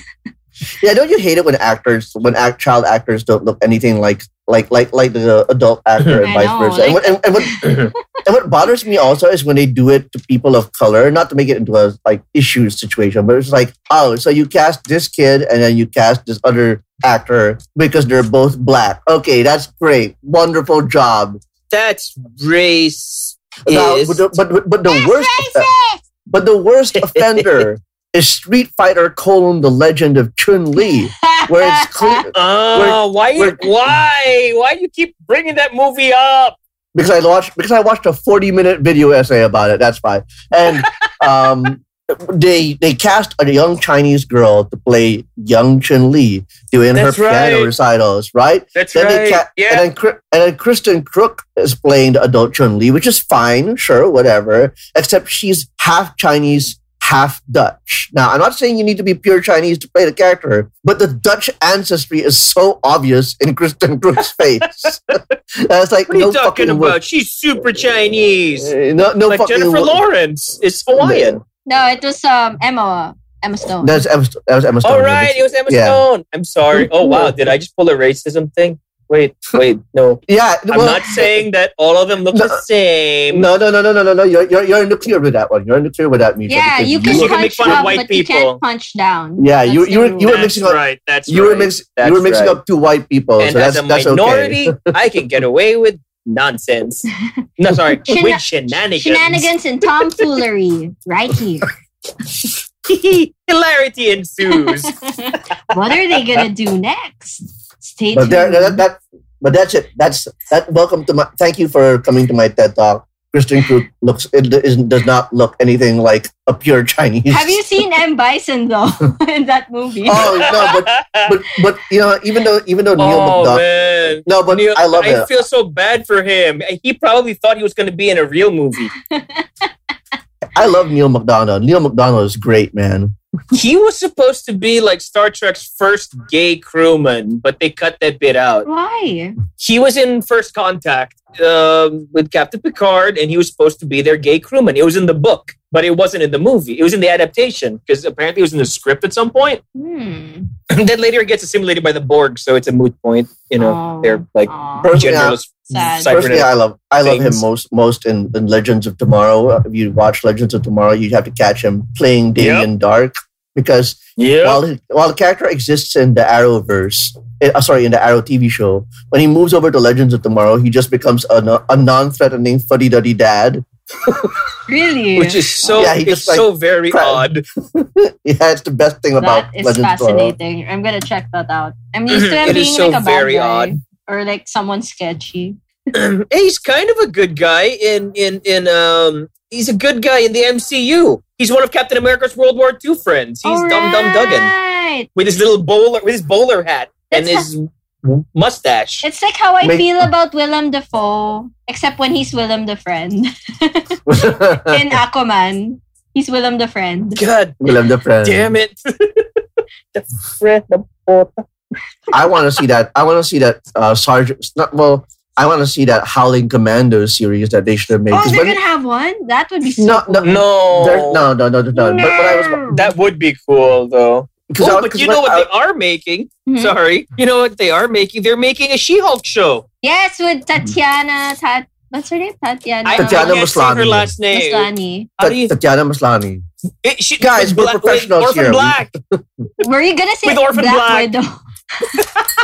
A: Yeah, don't you hate it when actors, when act, child actors don't look anything like like like like the
C: <laughs>
A: adult actor and
C: I
A: vice
C: know,
A: versa. and, what, and, and what
C: <laughs>
A: and what bothers me also is when they do it to people of color, not to make it into a like issue situation, but it's like, oh, so you cast this kid and then you cast this other actor because they're both black. Okay, that's great, wonderful job.
B: That's race.
A: Now,
B: is-
A: but the, but, but- but the
C: That's
A: worst, offe- but the worst
C: <laughs>
A: offender is Street Fighter: colon, The Legend of Chun Li, where
C: <laughs>
A: it's clear.
B: Oh, why?
A: we're-
B: why? Why you keep bringing that movie up?
A: because I watched because I watched a forty minute video essay about it. That's why.
B: <laughs>
A: And um, they they cast a young Chinese girl to play young Chun Li doing
B: That's
A: her
B: right.
A: piano recitals, right?
B: That's
A: Then
B: right.
A: they ca-
B: yeah.
A: And then Cri- and then Kristen Crook is playing the adult Chun Li, which is fine, sure, whatever. Except she's half Chinese. Half Dutch. Now, I'm not saying you need to be pure Chinese to play the character, but the Dutch ancestry is so obvious in Kristen
B: <laughs>
A: Crook's face. <laughs> That's like
B: what are you
A: no
B: talking
A: fucking
B: about?
A: way.
B: She's super Chinese.
A: Uh, No, no
B: like
A: fucking
B: Jennifer
A: wo-
B: Lawrence is Hawaiian.
C: No, it was um Emma Emma Stone.
A: That's Emma, Sto- that was Emma Stone.
B: All right, it was Emma
A: Yeah.
B: Stone. I'm sorry. Oh wow, did I just pull a racism thing? Wait, wait, no.
A: Yeah.
B: I'm
A: well,
B: not saying that all of them look
A: No.
B: the same.
A: No, no, no, no, no, no, no. You're, you're, you're in the clear with that one. You're in the clear with that, Misha.
C: yeah,
A: because
C: you can,
B: you
C: punch
B: can make fun of
C: up,
B: white
C: but
B: people.
C: You can't punch down.
A: Yeah, you-
C: That's
A: you
C: the
A: were- you were
C: rule.
B: that's
A: mixing up-
B: right. That's
A: You were
B: right.
A: mix,
B: That's
A: you were mixing
B: right.
A: up two white people,
B: and
A: Oh, so
B: as
A: that's
B: a
A: that's <laughs>
B: minority,
A: okay.
B: I can get away with nonsense. No,
C: <laughs>
B: sorry,
C: Shena-
B: with shenanigans.
C: Shenanigans and tomfoolery right here.
B: <laughs> Hilarity
C: <laughs>
B: ensues.
C: What are they gonna do next? Stay
A: But
C: tuned.
A: there, that, that, but that's it. That's that. Welcome to my. Thank you for coming to my TED talk. Kristen Krug looks it is, does not look anything like a pure <laughs> Chinese.
C: Have you seen M Bison though <laughs> in that movie?
A: Oh no, but but but you know, even though even though Neil
B: <laughs> oh
A: McDonough,
B: man.
A: no, but
B: Neil-
A: I love it.
B: feel so bad for him. He probably thought he was going to be in a real movie.
A: I love Neil McDonough. Neil McDonough is great, man.
B: he was supposed to be like Star Trek's first gay crewman, but they cut that bit out.
C: Why?
B: He was in First Contact um, with Captain Picard, and he was supposed to be their gay crewman. It was in the book, but it wasn't in the movie. It was in the adaptation because apparently it was in the script at some point. <clears throat>
C: Hmm.
B: And then later it gets assimilated by the Borg, so it's a moot point. You know,
C: Aw.
B: they're like
C: Aw.
A: Personally, I-
B: generalist
C: Oh. Sad.
A: Personally,
B: cybernetic.
A: I love I love
B: things.
A: him most most in, in Legends of Tomorrow. Uh, If you watch Legends of Tomorrow, you have to catch him playing Damien Dark because
B: Yeah.
A: while he, while the character exists in the Arrowverse, eh, uh, sorry, in the Arrow TV show, when he moves over to Legends of Tomorrow, he just becomes a, no- a non-threatening fuddy-duddy dad. <laughs>
C: Really?
B: Which is so
A: Yeah, he
B: it's
A: just, like,
B: so very
A: cried.
B: odd. <clears throat>
A: Yeah, it's the best thing about
C: that is
A: Legends of Tomorrow.
C: fascinating. I'm gonna check that out. I'm used
B: <clears throat>
C: to him
B: It is
C: being
B: so
C: like a
B: very
C: bad guy
B: odd.
C: or like someone sketchy.
B: Hey, he's kind of a good guy in in in um he's a good guy in the MCU. He's one of Captain America's World War II friends. He's
C: Oh,
B: Dum Dum Duggan
C: Alright.
B: with his little bowler with his bowler hat and
C: That's
B: his mustache.
C: It's like how I
A: Make-
C: feel about Willem Dafoe, except when he's Willem the
B: <laughs>
C: Friend. <laughs>
A: <laughs>
C: In Aquaman, he's Willem the Friend.
B: God
A: We love the friend.
B: damn
A: <laughs>
B: it. the friend the porta.
A: I want to see that. I want to see that uh, Sergeant. it's Not, well, I want to see that Howling Commando series that they should have made.
C: Oh,
A: 'Cause
C: they're
A: when-
C: gonna have one? That would be so
A: no, no,
B: No.
A: There- no, no, no, no, no. But when I was
B: That would be cool though.
A: because
B: Oh, but you know what they are making?
D: Hmm?
C: Mhm.
B: Sorry. You know what they are making? They're making a She-Hulk show.
C: Yes, with Tatiana, Ta-
D: What's her name? Tatiana.
B: I, I
D: Tatiana.
A: Tatiana
B: can't say her
A: Maslany.
B: last name.
D: Maslany.
B: How do you?
A: Tatiana Maslany.
B: <laughs> It, she,
A: Guys,
B: with
A: we're
B: Bla- with
A: professionals
B: Orphan
A: here.
B: Black.
D: Were you gonna say
B: With Orphan Black.
D: Widow?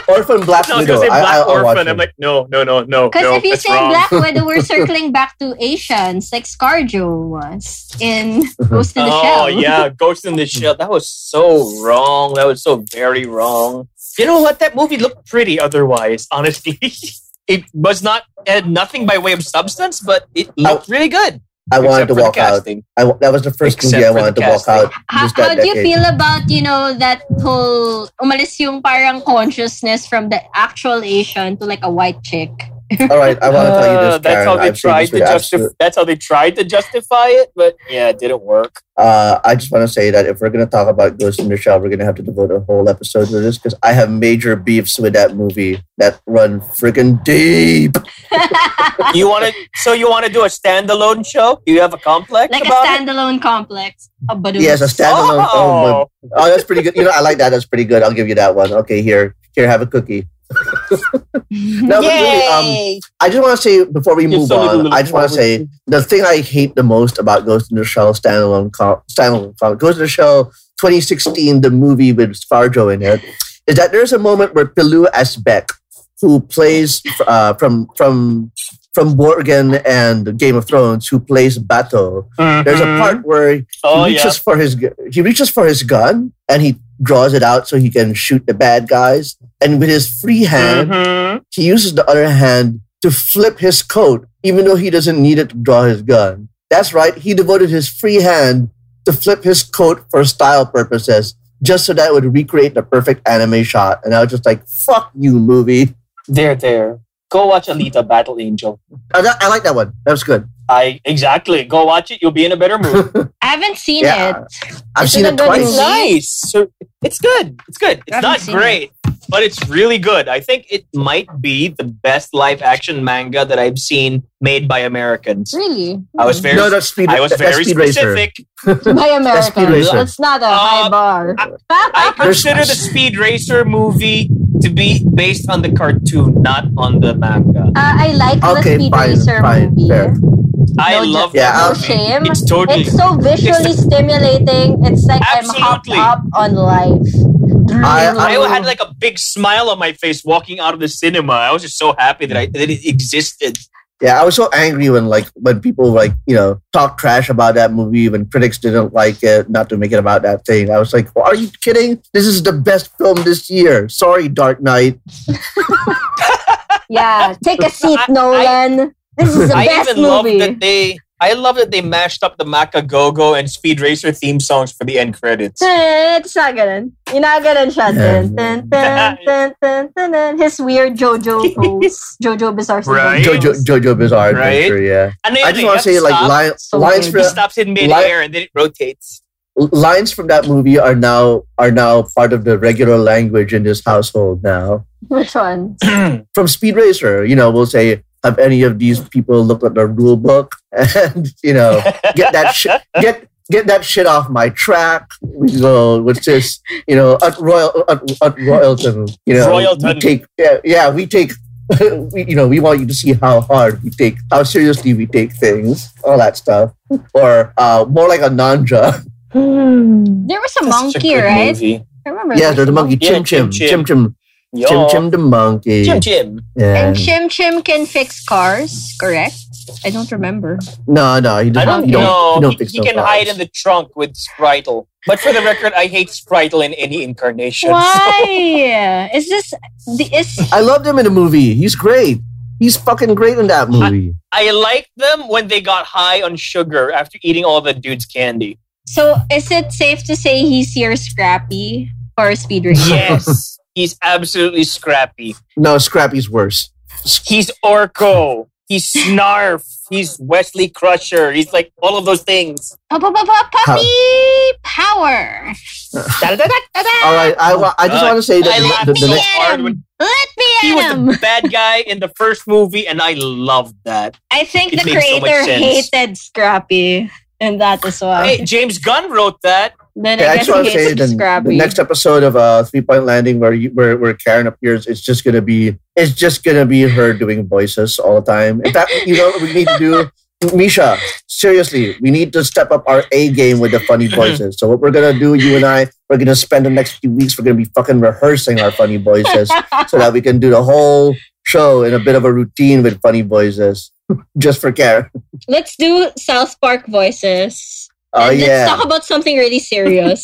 A: Orphan Black
B: No, I was
A: Widow.
B: gonna say
A: I, I,
B: Black
A: I'll watch
B: Orphan.
A: it.
B: I'm like, no, no, no, no.
D: Because
B: no,
D: if you
B: that's
D: say
B: wrong.
D: Black Widow,
B: <laughs>
D: we're circling back to Asians, like ScarJo was in Ghost in the
B: oh,
D: Shell.
B: yeah, Ghost in the Shell. That was so wrong. That was so very wrong. You know what? That movie looked pretty otherwise, honestly. <laughs> it was not had nothing by way of substance, but it looked really good.
A: I wanted
B: except
A: to
B: for the
A: walk out.
B: casting.
A: I, wa- that was the first
B: Except
A: movie I
B: for the
A: wanted to walk
B: casting.
A: out.
C: How,
A: just
C: how
A: that
C: do you
A: decade.
C: feel about, you know, that whole umalis yung parang consciousness from the actual Asian to like a white chick?
A: All right, I want to tell you
B: Uh,
A: this.
B: that's
A: Karen.
B: how they
A: I've seen
B: tried
A: this
B: to
A: with
B: justify.
A: absolute-
B: That's how they tried to justify it, but yeah, it didn't work.
A: Uh, I just want to say that if we're going to talk about Ghost in the Shell, we're going to have to devote a whole episode to this because I have major beefs with that movie that run freaking deep.
B: You want to? So you want to do a standalone show? You have a complex
C: Like a
B: about it?
C: standalone complex. A badoon.
A: Yes, a standalone. Oh,
B: Oh,
A: my- oh, that's pretty good. You know, I like that. That's pretty good. I'll give you that one. Okay, here, here, have a cookie. <laughs> no, but really, um,
B: Yay.
A: I just want to say before we
B: Give
A: move
B: somebody to
A: on,
B: look
A: I just want to say
B: forward
A: the thing I hate the most about Ghost in the Shell standalone, co- standalone co- Ghost in the Shell 2016, the movie with ScarJo in it, is that there's a moment where Pilu Asbeck, who plays uh, from from from Borgen and Game of Thrones, who plays Bato, there's a part where he
B: Mm-hmm. Oh
A: reaches
B: yeah.
A: for his gu- he reaches for his gun and he draws it out so he can shoot the bad guys, and with his free hand
B: Mhm.
A: he uses the other hand to flip his coat, even though he doesn't need it to draw his gun. That's right, he devoted his free hand to flip his coat for style purposes, just so that it would recreate the perfect anime shot. And I was just like, fuck you, movie.
B: There, there. Go watch Alita Battle Angel.
A: I, li- I like that one. That was good.
B: I exactly. Go watch it. You'll be in a better
A: <laughs>
B: mood.
C: I haven't seen
A: Yeah.
C: it.
A: I've
C: Is
A: seen
C: it
A: it
C: a good
A: twice.
B: it's
C: movie?
B: nice. So it's good. It's good. It's
C: haven't
B: not
C: seen
B: great, but it's really good. I think it might be the best live action manga that I've seen made by Americans.
C: Really?
B: I was very.
A: No, that's speed.
B: I was
A: that's
B: very
A: speed Racer.
B: specific.
C: By
A: Speed
C: Americans.
A: Racer.
C: It's not a high bar.
B: Uh, I
C: Ah.
A: There's-
B: consider the Speed Racer movie to be based on the cartoon, not on the manga.
C: Uh, I like the
A: Okay,
C: Speed
A: fine,
C: Racer
A: fine,
C: movie.
A: fair.
B: I
C: No, ju-
B: love
A: Yeah,
B: that
A: I'll-
C: No
B: movie.
C: shame.
B: It's totally
C: It's so visually stimulating. It's like
B: Absolutely.
C: I'm hopped up on life.
A: I-
B: I had
C: Um,
B: like a big smile on my face walking out of the cinema. I was just so happy that I that it existed.
A: Yeah, I was so angry when like when people like you know talk trash about that movie when critics didn't like it, not to make it about that thing. I was like, well, are you kidding? This is the best film this year. Sorry, Dark Knight.
C: yeah, take a
B: <laughs>
C: seat,
B: I- I-
C: Nolan. this is the
B: I
C: best
B: even love
C: movie.
B: that they I love that they mashed up the Maca Go Go and Speed Racer theme songs for the end
C: <laughs>
B: credits.
C: Eh, <laughs> It's not ganun. You're not ganun siya.
A: Yeah.
C: Dun, dun,
B: <laughs>
C: dun, dun, dun, dun, dun. His weird
A: <laughs>
C: JoJo pose. JoJo Bizarre Story.
B: Right.
A: Jojo Jojo Bizarre
B: Right?
A: Adventure. Yeah,
B: And
A: I just want to say like li-
C: So
A: lines
C: good.
B: it
A: from
B: stops in midair and then it
A: <clears throat>
B: rotates.
A: lines from that movie are now are now part of the regular language in this household now.
C: Which one?
A: From Speed Racer, you know, we'll say, have any of these people looked at the rule book <laughs> and you know. get that
B: <laughs>
A: shit get get that shit off my track. We go with this, you know, at Royal at, at Royalton, you know,
B: Royalton.
A: we take yeah, yeah, we take <laughs> we, you know, we want you to see how hard we take, how seriously we take things, all that stuff, or uh, more like a nanja. <laughs>
C: There was a monkey, right?
B: Movie.
C: I remember.
A: yeah,
C: there
A: there's
C: was
A: the monkey,
B: Yeah,
A: chim chim,
B: Chim
A: chim chim,
B: Yo.
A: chim chim the monkey.
B: Chim Chim.
A: Yeah.
C: And Chim Chim can fix cars, correct? I don't remember.
A: No, no, he
B: I
A: doesn't.
B: don't
A: he don't,
B: know.
A: He, don't
B: He,
A: fix
B: he
A: no
B: can
A: cars.
B: hide in the trunk with Spritel. But for the record, I hate Spritel in any incarnation.
C: Why? Is this the- is
A: I loved him in the movie. He's great. He's fucking great in that movie.
B: I liked them when they got high on sugar after eating all the dude's candy.
C: so is it safe to say he's your scrappy for speed racer?
B: Yes, <laughs> he's absolutely scrappy.
A: no, Scrappy's worse.
B: He's Orko. He's Snarf. He's Wesley Crusher. He's like all of those things.
C: Pa- pa- pa- pa- Puppy power. Da-da-da-da-da.
A: All right, I, wa- I just
B: God.
A: want to say
B: I
A: that
B: laughed
A: the, the, the
B: so
A: next
B: hard when
C: Let me
B: he
C: at him.
B: was the bad guy in the first movie, and I loved that.
C: I think
B: It
C: the
B: makes so much
C: creator
B: sense.
C: hated Scrappy. in that as
A: Uh,
C: well.
B: Hey, James Gunn wrote that.
C: Then
A: Okay, I
C: I
A: just
C: guess
A: want to
C: he
A: say
C: hates
A: the, the
C: Scrappy.
A: next episode of uh, Three Point Landing, where you, where where Karen appears, it's just gonna be it's just gonna be her doing voices all the time. In fact, you know what we need to do. <laughs> Misha, seriously, we need to step up our A game with the funny voices. So what we're gonna do, you and I, we're gonna spend the next few weeks, we're gonna be fucking rehearsing our funny voices so that we can do the whole show in a bit of a routine with funny voices, just for Karen.
C: <laughs> Let's do South Park voices.
A: Oh
C: And
A: yeah.
C: Let's talk about something really
B: <laughs>
C: serious.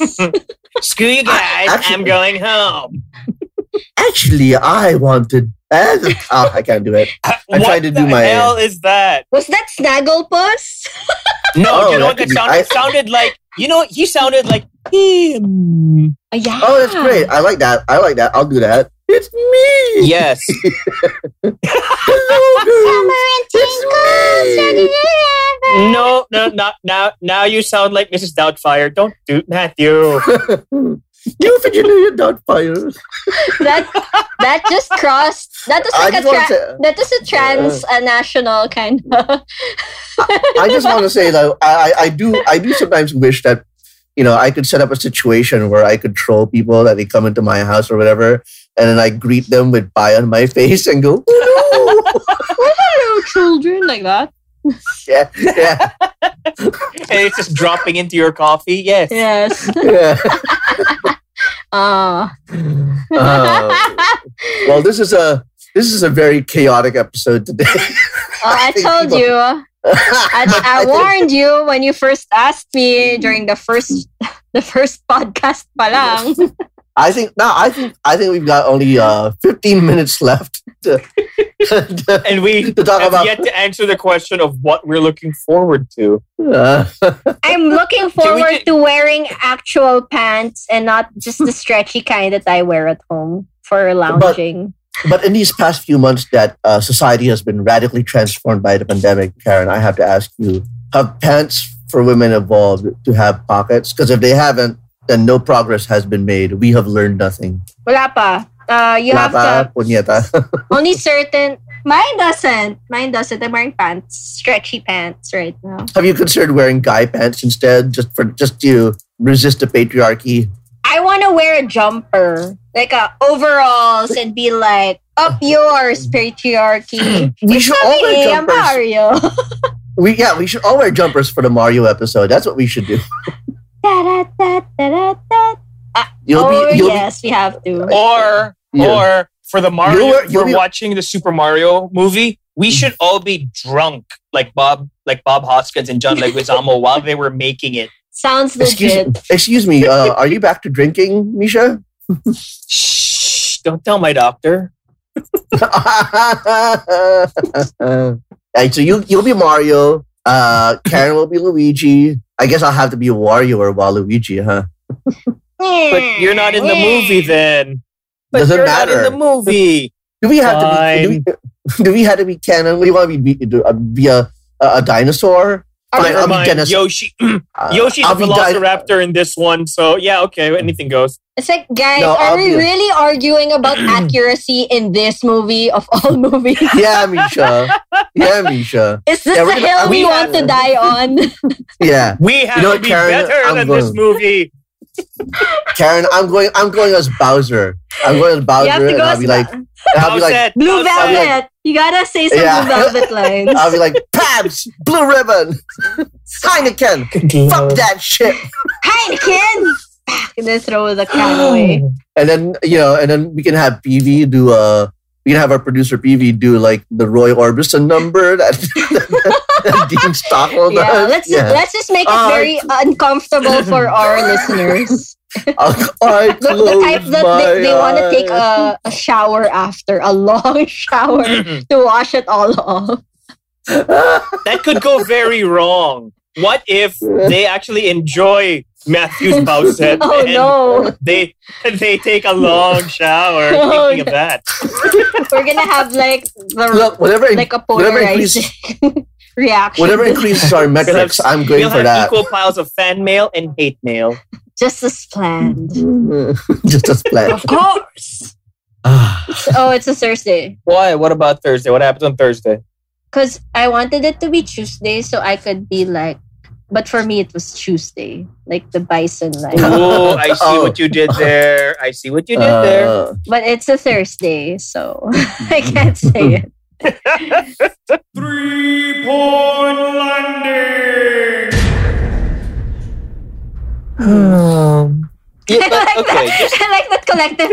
B: Screw you guys.
A: actually-
B: I'm going home.
A: Actually, I wanted. Uh, ah, I can't do it. I
B: what
A: tried to do
B: the
A: my-
B: hell is that?
C: Was that Snagglepuss?
A: Oh,
B: No, you know
A: that
B: what that
A: could be-
B: sounded?
A: I-
B: sounded like, you know, he sounded like him.
C: Uh, yeah.
A: Oh, that's great. I like that. I like that. I'll do that. It's me. <laughs>
B: Yes.
C: <laughs>
A: Hello, girls. It's me.
B: No, no, not now. Now you sound like Mrs. Doubtfire. Don't do
A: <laughs>
B: Matthew.
A: You think you knew you're not fire.
C: that that just crossed. That was
A: I
C: like
A: just
C: a
A: want
C: tra-
A: to.
C: that was a trans uh, national kind of.
A: I just want to say that I, I- I do. I do sometimes wish that you know I could set up a situation where I could troll people that they come into my house or whatever, and then I greet them with pie on my <laughs> face and go, "Hello."
C: Hello, children, like that.
A: <laughs> yeah, yeah,
B: and it's just dropping into your coffee. Yes.
A: <laughs>
C: Yes.
A: yeah. Uh,
C: Uh. oh,
A: <laughs> well, this is a this is a very chaotic episode today.
C: I
A: think
C: told
A: people-
C: you.
A: <laughs>
C: I, I
A: think-
C: warned you when you first asked me during the first <laughs> the first podcast pa lang.
A: <laughs> I think no, I think I think we've got only uh, 15 minutes left to, <laughs> to,
B: And we
A: to talk
B: have
A: about.
B: yet to answer the question of what we're looking forward to.
A: uh,
C: I'm looking forward
B: ju-
C: to wearing actual pants and not just the stretchy kind that I wear at home for lounging.
A: but in these past few months, that uh, society has been radically transformed by the pandemic, Karen. I have to ask you: Have pants for women evolved to have pockets? Because if they haven't, then no progress has been made. We have learned nothing.
C: Wala pa. Uh, you have
A: Lapa,
C: to
A: punyeta.
C: only certain
D: Mine doesn't. Mine doesn't. I'm wearing pants.
C: stretchy pants right now.
A: <laughs> have you considered wearing guy pants instead, just for just to resist the patriarchy?
C: I want to wear a jumper, like a overalls, and be like, "Up yours,
A: <clears throat>
C: patriarchy."
A: We should all wear
C: Hey, I'm
A: jumpers.
C: Mario. <laughs>
A: We yeah, we should all wear jumpers for the Mario episode. That's what we should do.
C: Da, da, da, da, da, da.
A: You'll
C: oh
A: be Oh. you'll
C: yes, we have to.
B: Or,
A: Yeah.
B: or for the Mario,
A: You're-
B: if
A: you're-
B: we're watching the Super Mario movie. We should all be drunk, like Bob, like Bob Hoskins and John Leguizamo, while they were making
A: <laughs>
B: it.
C: Sounds
A: be excuse,
C: legit.
A: excuse me, uh, are you back to drinking, Misha?
B: Shh! Don't tell my doctor.
A: Alright, so you you'll be Mario, uh, Karen will be Luigi. I guess I'll have to be Wario or Waluigi, huh?
C: Hmm.
B: But you're not in the movie then. But
A: Doesn't
B: you're
A: matter.
B: not in the movie.
A: Do we have to be do we, <laughs> do we have to be canon? What do you want to be be, do- uh, be a a a dinosaur? Fine,
B: Never
A: I'll be
B: mind.
A: Dennis-
B: Yoshi.
A: Uh,
B: Yoshi's
A: I'll
B: a
A: be dino-
B: velociraptor in this one, so yeah, okay, anything goes.
C: It's like, guys,
A: No,
C: are we
A: obvious.
C: really arguing
A: <clears throat>
C: about accuracy in this movie of all movies?
A: <laughs> yeah, Misha. Yeah, Misha.
C: Is this
A: Yeah,
C: the
A: we're gonna-
C: hill
A: are
C: we,
A: we-
C: want to die on?
A: Yeah.
B: We have
A: know
B: to
A: what,
B: be
A: Karen?
B: better
A: I'm
B: than
A: going-
B: this movie.
A: Karen, I'm going. I'm going as Bowser. I'm going as Bowser,
C: you have to
A: and
C: go
A: I'll be
C: as
A: like, and I'll be like,
B: Bowsette,
D: Blue
B: Bowsette.
D: velvet. You gotta say some
A: Yeah.
D: blue
A: <laughs>
D: velvet lines.
A: I'll be like, Pabs, Blue Ribbon, <laughs> Heineken. Fuck that shit.
C: Heineken! And then throw
A: <gasps>
C: the can away.
A: And then you know, and then we can have PV do Uh, we can have our producer PV do like the Roy Orbison number that, <laughs> that, Dean Stockholm
C: Yeah,
A: does.
C: let's
A: Yeah.
C: let's just make
A: Uh,
C: it very uncomfortable
A: <laughs>
C: for our listeners. <laughs>
A: I
C: The, the type
A: close
C: that they, they
A: my
C: want to take
A: eyes.
C: a, a shower after, a long <laughs> shower to wash it all
A: <laughs>
C: off.
B: <clears throat> that could go very wrong. What if they actually enjoy Matthew's Bowsette
C: Oh
B: and
C: no.
B: they they take a long shower
C: Oh,
B: thinking of that?
C: <laughs> We're gonna have like the
A: Look, whatever,
C: like a
A: whatever
C: polarizing <laughs> reaction.
A: whatever increases our metrics, I'm going
B: You'll
A: for
B: have
A: that.
B: equal piles of fan mail and hate mail.
C: Just as planned.
A: <laughs> Just a splash.
C: course. oh, it's a Thursday.
B: Why? What about Thursday? What happens on Thursday?
C: Because I wanted it to be Tuesday so I could be like But for me, it was Tuesday, like the bison
B: <laughs>
C: night.
B: Oh, I see what you did there. I see what <sighs> you did there.
A: Uh,
C: but it's a Thursday, so <laughs> I
B: Mm-hmm.
C: can't say it.
E: Three point landing.
B: Hmm. Yeah,
C: <laughs>
B: <laughs> <laughs>
C: I
B: but,
C: like
B: okay,
C: that.
B: just
C: I like that collective,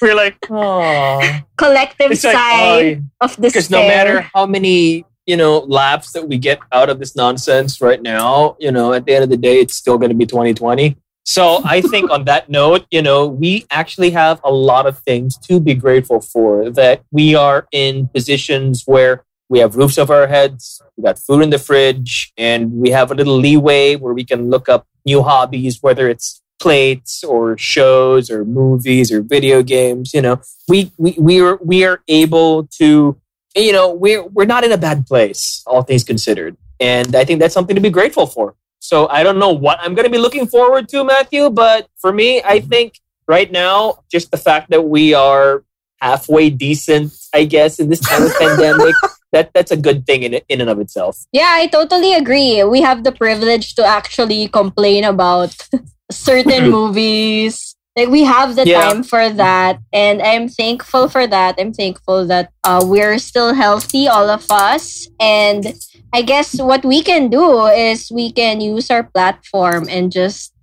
B: we're like, oh,
C: <sighs> collective
B: it's like,
C: sigh
B: oh,
C: of despair.
B: because no matter how many you know laps that we get out of this nonsense right now you know at the end of the day it's still going to be 2020 so i think on that note you know we actually have a lot of things to be grateful for that we are in positions where we have roofs over our heads we got food in the fridge and we have a little leeway where we can look up new hobbies whether it's plates or shows or movies or video games you know we we we are, we are able to you know we're we're not in a bad place all things considered and i think that's something to be grateful for so i don't know what i'm going to be looking forward to matthew but for me i think right now just the fact that we are halfway decent i guess in this time <laughs> of pandemic that that's a good thing in in and of itself
C: Yeah, I totally agree. We have the privilege to actually complain about <laughs> certain movies. Like we have the
B: Yeah.
C: time for that, and I'm thankful for that. I'm thankful that uh, we're still healthy, all of us. And I guess what we can do is we can use our platform and just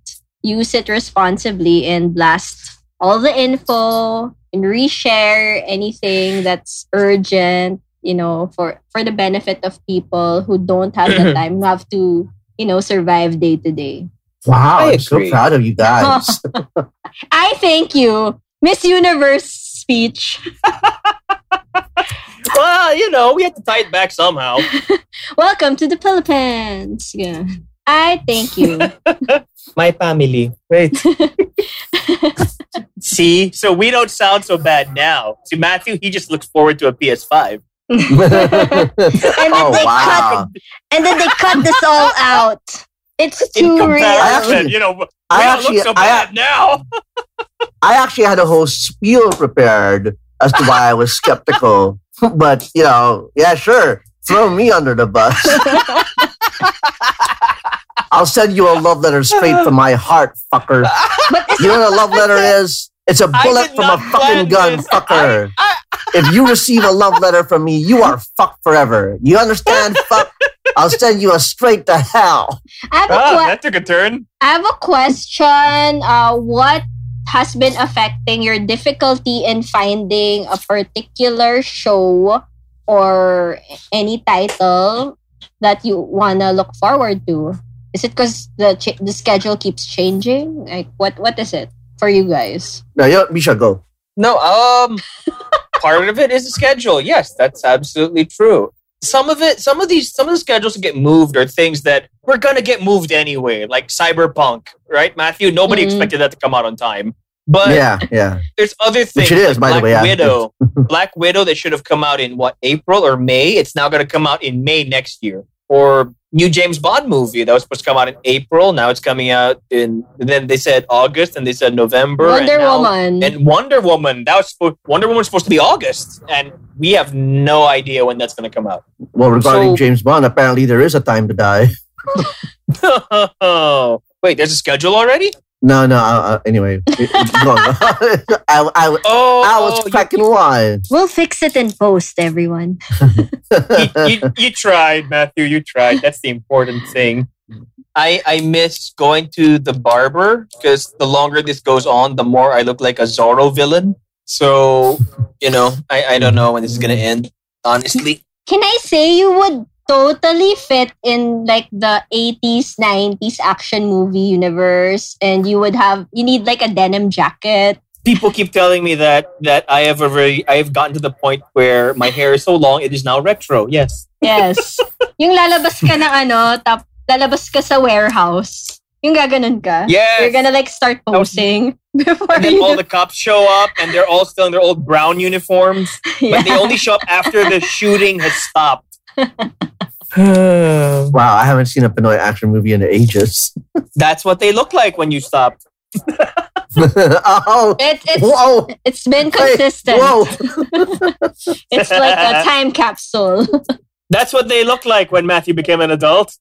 C: use it responsibly and blast all the info and reshare anything that's urgent you know for for the benefit of people who don't have the time who have to you know survive day to day
A: wow,
B: I
A: I'm so
B: agree.
A: proud of you
C: <laughs>
A: guys. <laughs>
C: i thank you miss universe speech
B: well you know we have to tie it back somehow
C: welcome to the philippines yeah i thank
B: <laughs>
C: you
B: my family wait <laughs> see so we don't sound so bad now see matthew he just looks forward to a ps5
A: <laughs> oh
C: they
A: wow!
C: and then they cut this all out it's
B: in
C: too
A: I
C: real
A: actually-
B: comparison, you know, we
A: I
B: don't
A: actually-
B: look so
A: I-
B: bad now.
A: I actually had a whole spiel prepared as to why I was skeptical, <laughs> but you know, yeah, sure, throw me under the bus. <laughs> I'll send you a love letter straight from my heart, fucker. You know what a love letter is? It's a
B: I
A: bullet
B: did
A: from
B: not
A: a fucking
B: plan
A: gun,
B: this.
A: fucker. if you receive a love letter from me, you are fucked forever. You
B: <laughs>
A: understand? Fuck. I'll send you a straight to hell.
C: i have a
B: Ah,
C: que-
B: that took a turn.
C: I have a question. Uh, what has been affecting your difficulty in finding a particular show or any title that you wanna look forward to? Is it because the ch- the schedule keeps changing? Like what what is it for you guys?
A: No, you know, Misha, go.
B: No, um, part of it is the schedule. Yes, that's absolutely true. Some of it, some of these, some of the schedules that get moved are things that we're gonna get moved anyway, like Cyberpunk, right, Matthew? Nobody
C: Mhm.
B: expected that to come out on time, but
A: yeah, yeah.
B: there's other things.
A: Which it is,
B: like
A: by the
B: Black
A: way, I-
B: Widow,
A: <laughs>
B: Black Widow that should have come out in what April or May. It's now going to come out in May next year. Or new James Bond movie that was supposed to come out in April. Now it's coming out in. And then they said August, and they said November. and
C: Wonder
B: now-
C: Woman.
B: and Wonder Woman. That was suppo- Wonder Woman was supposed to be August, and we have no idea when that's going to come out. <laughs>
A: Well, regarding
B: So-
A: James Bond, apparently there is a time to die.
B: Wait, there's a schedule already?
A: No, no. Uh, uh, anyway, it- it's
F: <laughs>
A: gone. <laughs> I, I,
B: Oh,
A: I was
B: you-
F: <laughs>
A: cracking wise.
C: we'll fix it in post, everyone.
B: you, you, you tried, Matthew. You tried. That's the important thing. I I miss going to the barber because the longer this goes on, the more I look like a Zorro villain. So you know, I I don't know when this is gonna end. Honestly,
C: Can I say you would totally fit in like the 80s, 90s action movie universe and you would have you need like a denim jacket.
B: people keep telling me that that I have already I have gotten to the point where my hair is so long it is now retro. Yes. <laughs>
C: Yes. yung lalabas ka ng ano, tap lalabas ka sa warehouse. Yung gaganon ka.
B: Yes.
C: You're gonna like start
B: was-
C: posing <laughs> before
B: and then
C: you
B: all the cops show up and they're all still in their old brown uniforms,
C: yeah.
B: but they only show up after the shooting has stopped.
A: <laughs>
F: <sighs>
A: Wow, I haven't seen a Pinoy action movie in ages. <laughs>
B: That's what they look like when you stop.
A: oh,
C: <laughs> It- it's
A: whoa,
C: it's been
A: wait,
C: consistent.
A: whoa.
B: <laughs>
C: It's like a time capsule.
F: That's what they look like when Matthew became an adult.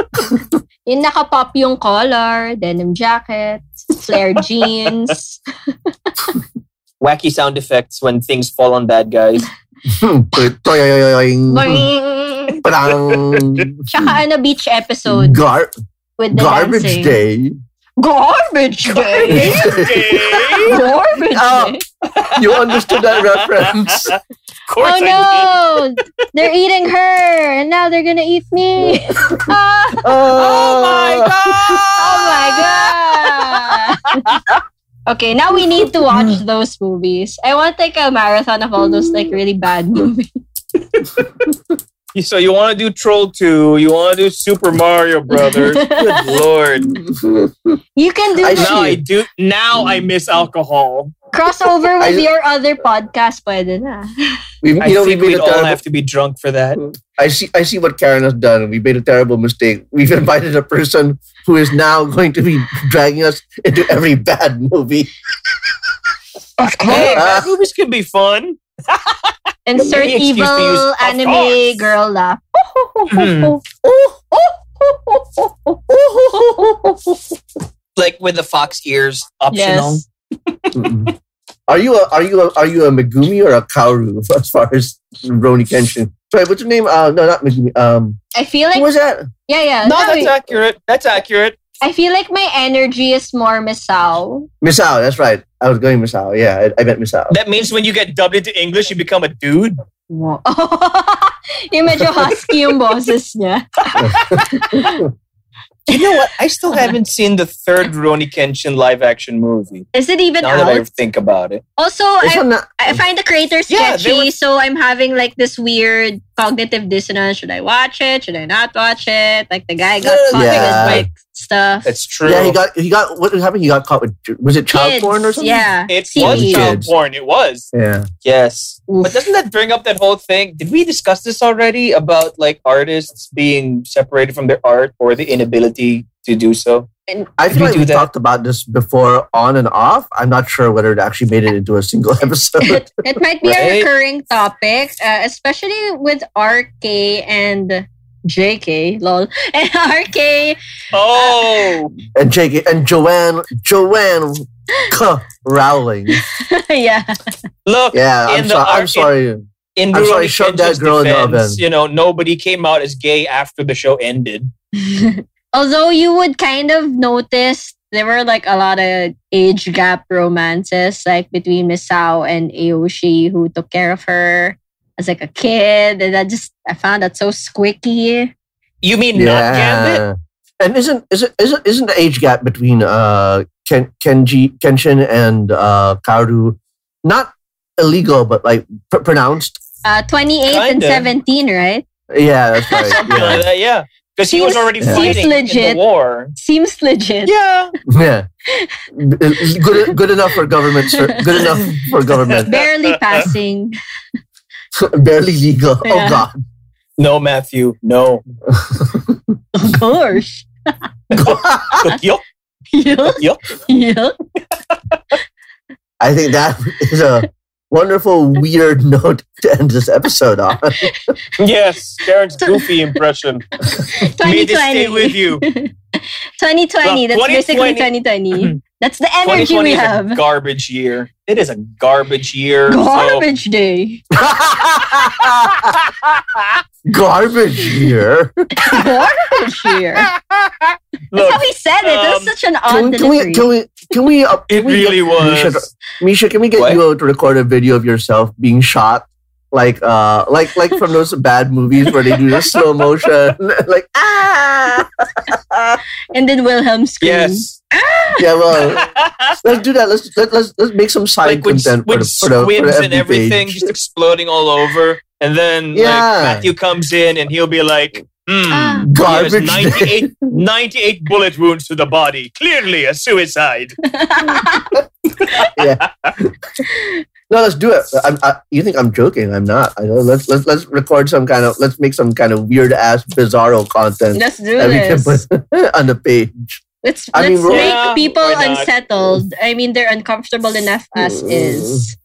A: <laughs>
C: Yung nakapop yung collar, denim jacket,
B: <laughs>
C: flared jeans.
B: Wacky sound effects when things fall on
F: <laughs>
B: bad guys.
A: Toyoyoyoing.
C: Boing!
A: Parang
C: Tsaka ano, beach episode
A: gar-
C: with the
A: Hmm. garbage
C: dancing.
A: day. <laughs>
C: Garbage day!
F: Okay.
C: garbage
A: Oh,
C: day!
A: you understood that
B: <laughs>
A: reference.
F: Of course I
C: Oh no! They're eating her! And now they're gonna eat
A: <laughs>
C: me! Ah!
A: Oh, my god.
C: Oh my god! okay, now we need to watch those movies. I want like a marathon of all those like really bad movies.
F: did. So you want to do Troll 2, you want to do Super Mario Brothers.
C: <laughs>
F: Good lord.
C: you can do
A: I
C: the-
F: Now I
A: see.
F: do now I miss alcohol.
C: crossover with
A: I-
C: your other podcast. Pwede na.
A: <laughs> We, you
F: I
A: know, we
F: think
A: made
F: we'd
A: a
F: all
A: terrible.
F: have to be drunk for
A: <laughs>
F: that.
A: I see. I see what Karen has done. We made a terrible mistake. We've
B: Mm-hmm.
A: invited a person who is now going to be dragging us into every bad movie.
C: Of
F: Hey, bad movies could be fun.
C: Insert
F: Excuse to use-
C: evil
F: of
C: anime
F: course.
C: girl laugh.
F: Mm.
B: Like with the fox ears optional.
C: yes.
B: Mm-hmm.
A: Mm-mm. are you a are you a, are you a Megumi or a Kaoru as far as Roni Kenshin? Sorry, what's your name? Uh, no, not Megumi. Um,
C: I feel
A: who
C: like
A: was that?
C: yeah, yeah.
F: No,
C: No,
F: that's accurate. That's accurate.
C: I feel like my energy is more Misao.
A: Misao. That's right. I was going Misao. Yeah, I, I meant Misao.
F: That means when you get dubbed into English, you become a dude.
C: <laughs> yung medyo husky yung boses niya.
B: You know what? I still haven't seen the third Roni Kenshin live action movie.
C: Is it even
B: Now that I
C: out?
B: think about it.
C: Also,
A: It's
C: I,
A: on the-
C: I find the creator
B: Yeah,
C: sketchy,
B: they were-
C: so I'm having like this weird cognitive dissonance. Should I watch it? Should I not watch it? Like the guy got
B: Yeah.
C: caught
A: Yeah.
C: in his like stuff.
B: That's true.
A: yeah, he got he got what happened? He got caught with was it child
C: Kids,
A: porn or something?
C: Yeah.
F: It was
C: Seaweed.
F: child
A: Kids.
F: porn. It was.
A: Yeah.
B: Yes. But doesn't that bring up that whole thing? Did we discuss this already about like artists being separated from their art or the inability to do so?
A: I
B: Did
A: feel
B: we
A: like
B: do
A: we
B: that?
A: talked about this before on and off. I'm not sure whether it actually made it into a single <laughs>
C: <laughs>
A: episode.
C: it, it might be
B: Right?
C: a recurring topic, uh, especially with RK and JK, lol, <laughs> and RK.
F: Oh,
A: and Jake and Joanne Joanne K. Rowling.
C: <laughs> yeah,
F: <laughs>
C: <laughs>
F: look.
A: Yeah,
F: In
A: I'm,
F: the
A: so,
F: arc-
A: I'm sorry. I'm
B: In
F: Rurouni
A: sorry, shove that
F: Kenshin's
A: girl in the oven.
F: You know, nobody came out as gay after the show ended.
C: Although you would kind of notice there were like a lot of age gap romances, like between Misao and Aoshi, who took care of her as like a kid, and I just I found that so squicky.
F: You mean not Gambit?
A: yeah. And isn't isn't isn't isn't the age gap between uh Ken, Kenji Kenshin and uh Kaoru not illegal but like pr- pronounced?
C: Uh, twenty eight and
F: Kinda.
C: seventeen, right?
A: Yeah,
F: <laughs>
A: that's right.
F: Something like
A: Yeah.
F: that, yeah. Because he was
C: Seems-
F: already
A: seems
F: fighting in the
C: legit.
F: war.
C: Seems legit.
F: Yeah.
A: yeah. Good, good enough for government. Sir. Good enough for government. <laughs>
C: Barely passing.
A: Barely legal. Oh
C: Yeah.
A: God.
F: No, Matthew. No.
C: Of course.
F: <laughs> Yup.
C: Yuck,
F: Yup.
C: yuck.
A: I think that is a wonderful, weird note to end this episode on.
F: Yes. Karen's goofy
C: <laughs>
F: impression. May this stay with
C: 2020. <laughs>
F: you.
C: 2020. That's
F: Well, 2020.
C: basically 2020. That's the energy we
F: is
C: have.
F: a garbage year. It is a garbage year. so-
C: Garbage day.
A: Garbage year.
F: <laughs>
C: Garbage year. That's
F: Look,
C: <laughs> how he said it. That was
F: um,
C: such an
A: Can
C: odd
A: we? Can we?
C: delivery.
A: Can we? Can we? Uh,
F: it
A: can we
F: really
A: get-
F: was.
A: Misha, Misha, can we get
B: What?
A: you to record a video of yourself being shot? Like, uh, like, like from those bad movies where they do the slow motion, <laughs> like ah,
C: and then Wilhelm screams.
F: yes.
A: yeah. Well, let's do that. Let's let, let's let's make some side
F: like with,
A: content for
F: with
A: the, for the, for the
F: squibs and
A: FB page.
F: everything just exploding all over. And then
A: Yeah.
F: like Matthew comes in and he'll be like, hmm.
C: Ah.
F: there's
A: Garbage. day.
F: 98, 98 bullet wounds to the body. Clearly a suicide.
A: No, let's do it. I'm, I, you think I'm joking? I'm not. I know. Let's let's let's record some kind of let's make some kind of weird ass bizarro content
C: Let's do
A: that Hmm. we can
C: this.
A: put <laughs> on the page.
C: Let's,
A: I mean,
C: let's
A: we're-
C: make
F: Yeah,
C: people
F: why not?
C: unsettled. I mean, they're uncomfortable enough as is.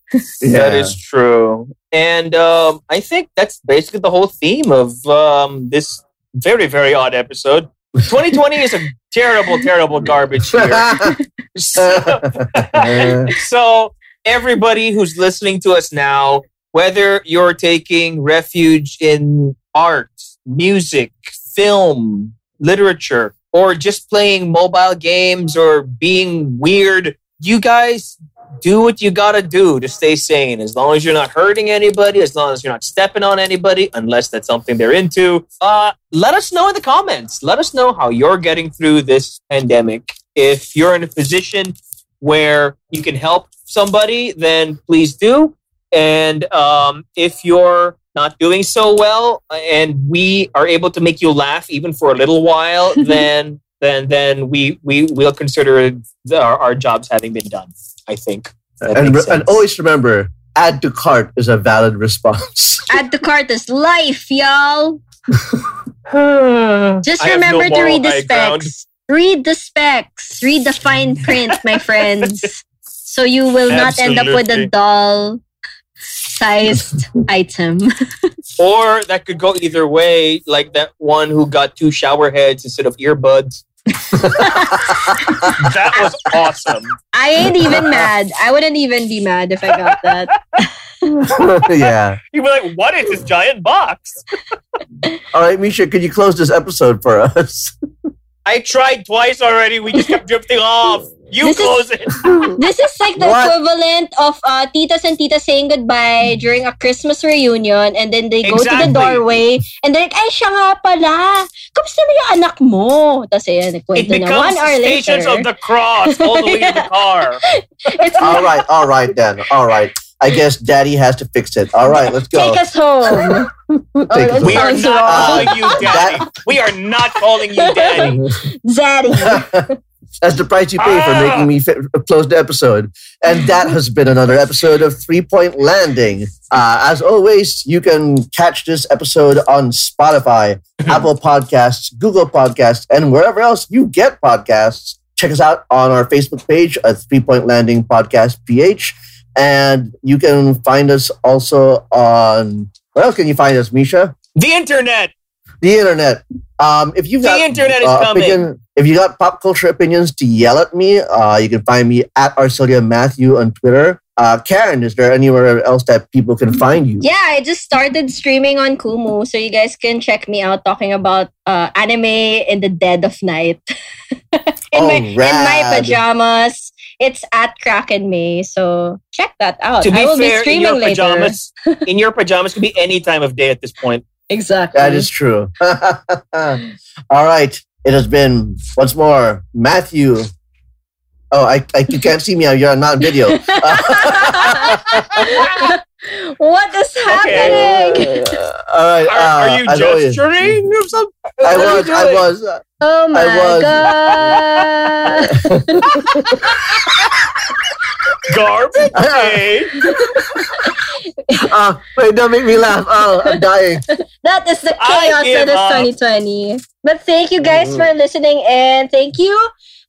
A: <laughs>
B: That is true. And um, I think that's basically the whole theme of um, this very, very odd episode. 2020 is a terrible, terrible garbage
A: <laughs>
B: year. <laughs> So, <laughs> so everybody who's listening to us now, whether you're taking refuge in art, music, film, literature, or just playing mobile games or being weird, you guys do what you gotta do to stay sane. As long as you're not hurting anybody, as long as you're not stepping on anybody, unless that's something they're into. Uh, let us know in the comments. Let us know how you're getting through this pandemic. If you're in a position where you can help somebody, then please do. And um, if you're not doing so well, uh, and we are able to make you laugh even for a little while, then then then we we will consider the, our, our jobs having been done. I think. That
A: and,
B: makes
A: re- and
B: sense.
A: always remember, add to cart is a valid response.
C: Add to cart is life, y'all. Just <sighs>
B: I have no
C: remember to
B: moral
C: read the
B: high ground.
C: specs. Read the specs. Read the fine print,
B: <laughs>
C: my friends. So you will not end up with
B: Absolutely.
C: a doll sized item.
B: Or that could go either way, like that one who got two shower heads instead of earbuds. <laughs> that was awesome.
C: I ain't even mad. I wouldn't even be mad if I got
B: <laughs>
C: that.
A: yeah.
B: You were like, what is this giant box?
A: All right, Misha, could you close this episode for us?
B: I tried twice already. We just kept drifting off. You
C: This is-
B: close it.
C: This is like the
A: What?
C: equivalent of uh, titas and titas saying goodbye during a Christmas reunion and then they go to
B: Exactly.
C: the doorway and they're like, ay, siya nga pala. Kamusta na yung anak mo? Tapos ayan,
B: It
C: nagkwento na
B: becomes
C: one hour
B: stations
C: later.
B: of the cross all the way to
C: <laughs>
B: the car. <laughs>
C: it's
A: All right, all right then. All right. I guess Daddy has to fix it. All right, let's go.
C: Take us home. oh,
A: Take us
C: that
B: We are
C: sounds
B: not
A: Uh,
C: wrong. <laughs>
B: calling you daddy. We are not calling you daddy.
C: Zaddy.
A: That's the price you pay
B: Ah!
A: for making me fit, close the episode. And that has been another episode of Three Point Landing. Uh, as always, you can catch this episode on Spotify, Apple Podcasts, Google Podcasts, and wherever else you get podcasts. Check us out on our Facebook page at Three Point Landing Podcast PH. And you can find us also on where else can you find us, Misha?
B: The internet.
A: The internet. Um, if you've
B: The
A: got
B: internet is
A: uh,
B: coming.
A: opinion- if you got pop culture opinions to yell at me, uh, you can find me at Arcelia Matthew on Twitter. Uh, Karen, is there anywhere else that people can find you?
C: Yeah, I just started streaming on Kumu, so you guys can check me out talking about uh, anime in the dead of night. <laughs> in,
A: Oh,
C: my, in my
A: rad.
C: pajamas. It's at Kraken May, so check that out.
B: To be
C: I will
B: fair,
C: be
B: in your
C: streaming later. <laughs>
B: pajamas, in your pajamas could be any time of day at this point.
C: Exactly.
A: That is <laughs> true. All right. It has been once more Matthew. Oh, I, I you can't see me. You're not on
C: <laughs>
A: video.
C: <laughs>
A: Uh,
C: what is happening?
A: All right.
B: Are, are you
A: uh, as always-
B: gesturing or something?
A: I
B: What are you
A: was. I
B: doing?
A: was.
C: Oh my
A: was- <laughs>
C: god.
B: Garbage day.
A: <laughs> Uh, wait, don't make me laugh. Oh, I'm dying.
C: That is the
B: I
C: chaos
B: give
C: that is
B: up.
C: 2020. But thank you guys for listening and thank you,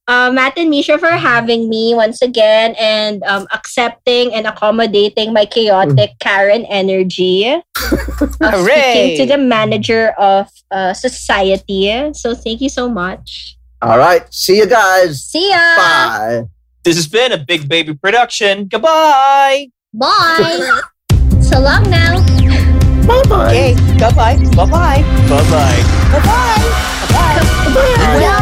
C: uh, Matt and Misha, for having me once again and um, accepting and accommodating my chaotic Karen energy. of
G: Hooray.
C: speaking to the manager of uh, society. So thank you so much.
A: All right. See you guys.
C: See ya.
A: Bye.
B: This has been a Big Baby production. Goodbye.
C: Bye. so long now.
G: Okay. Bye bye. Bye bye.
B: Bye bye.
G: Bye bye.
C: Bye.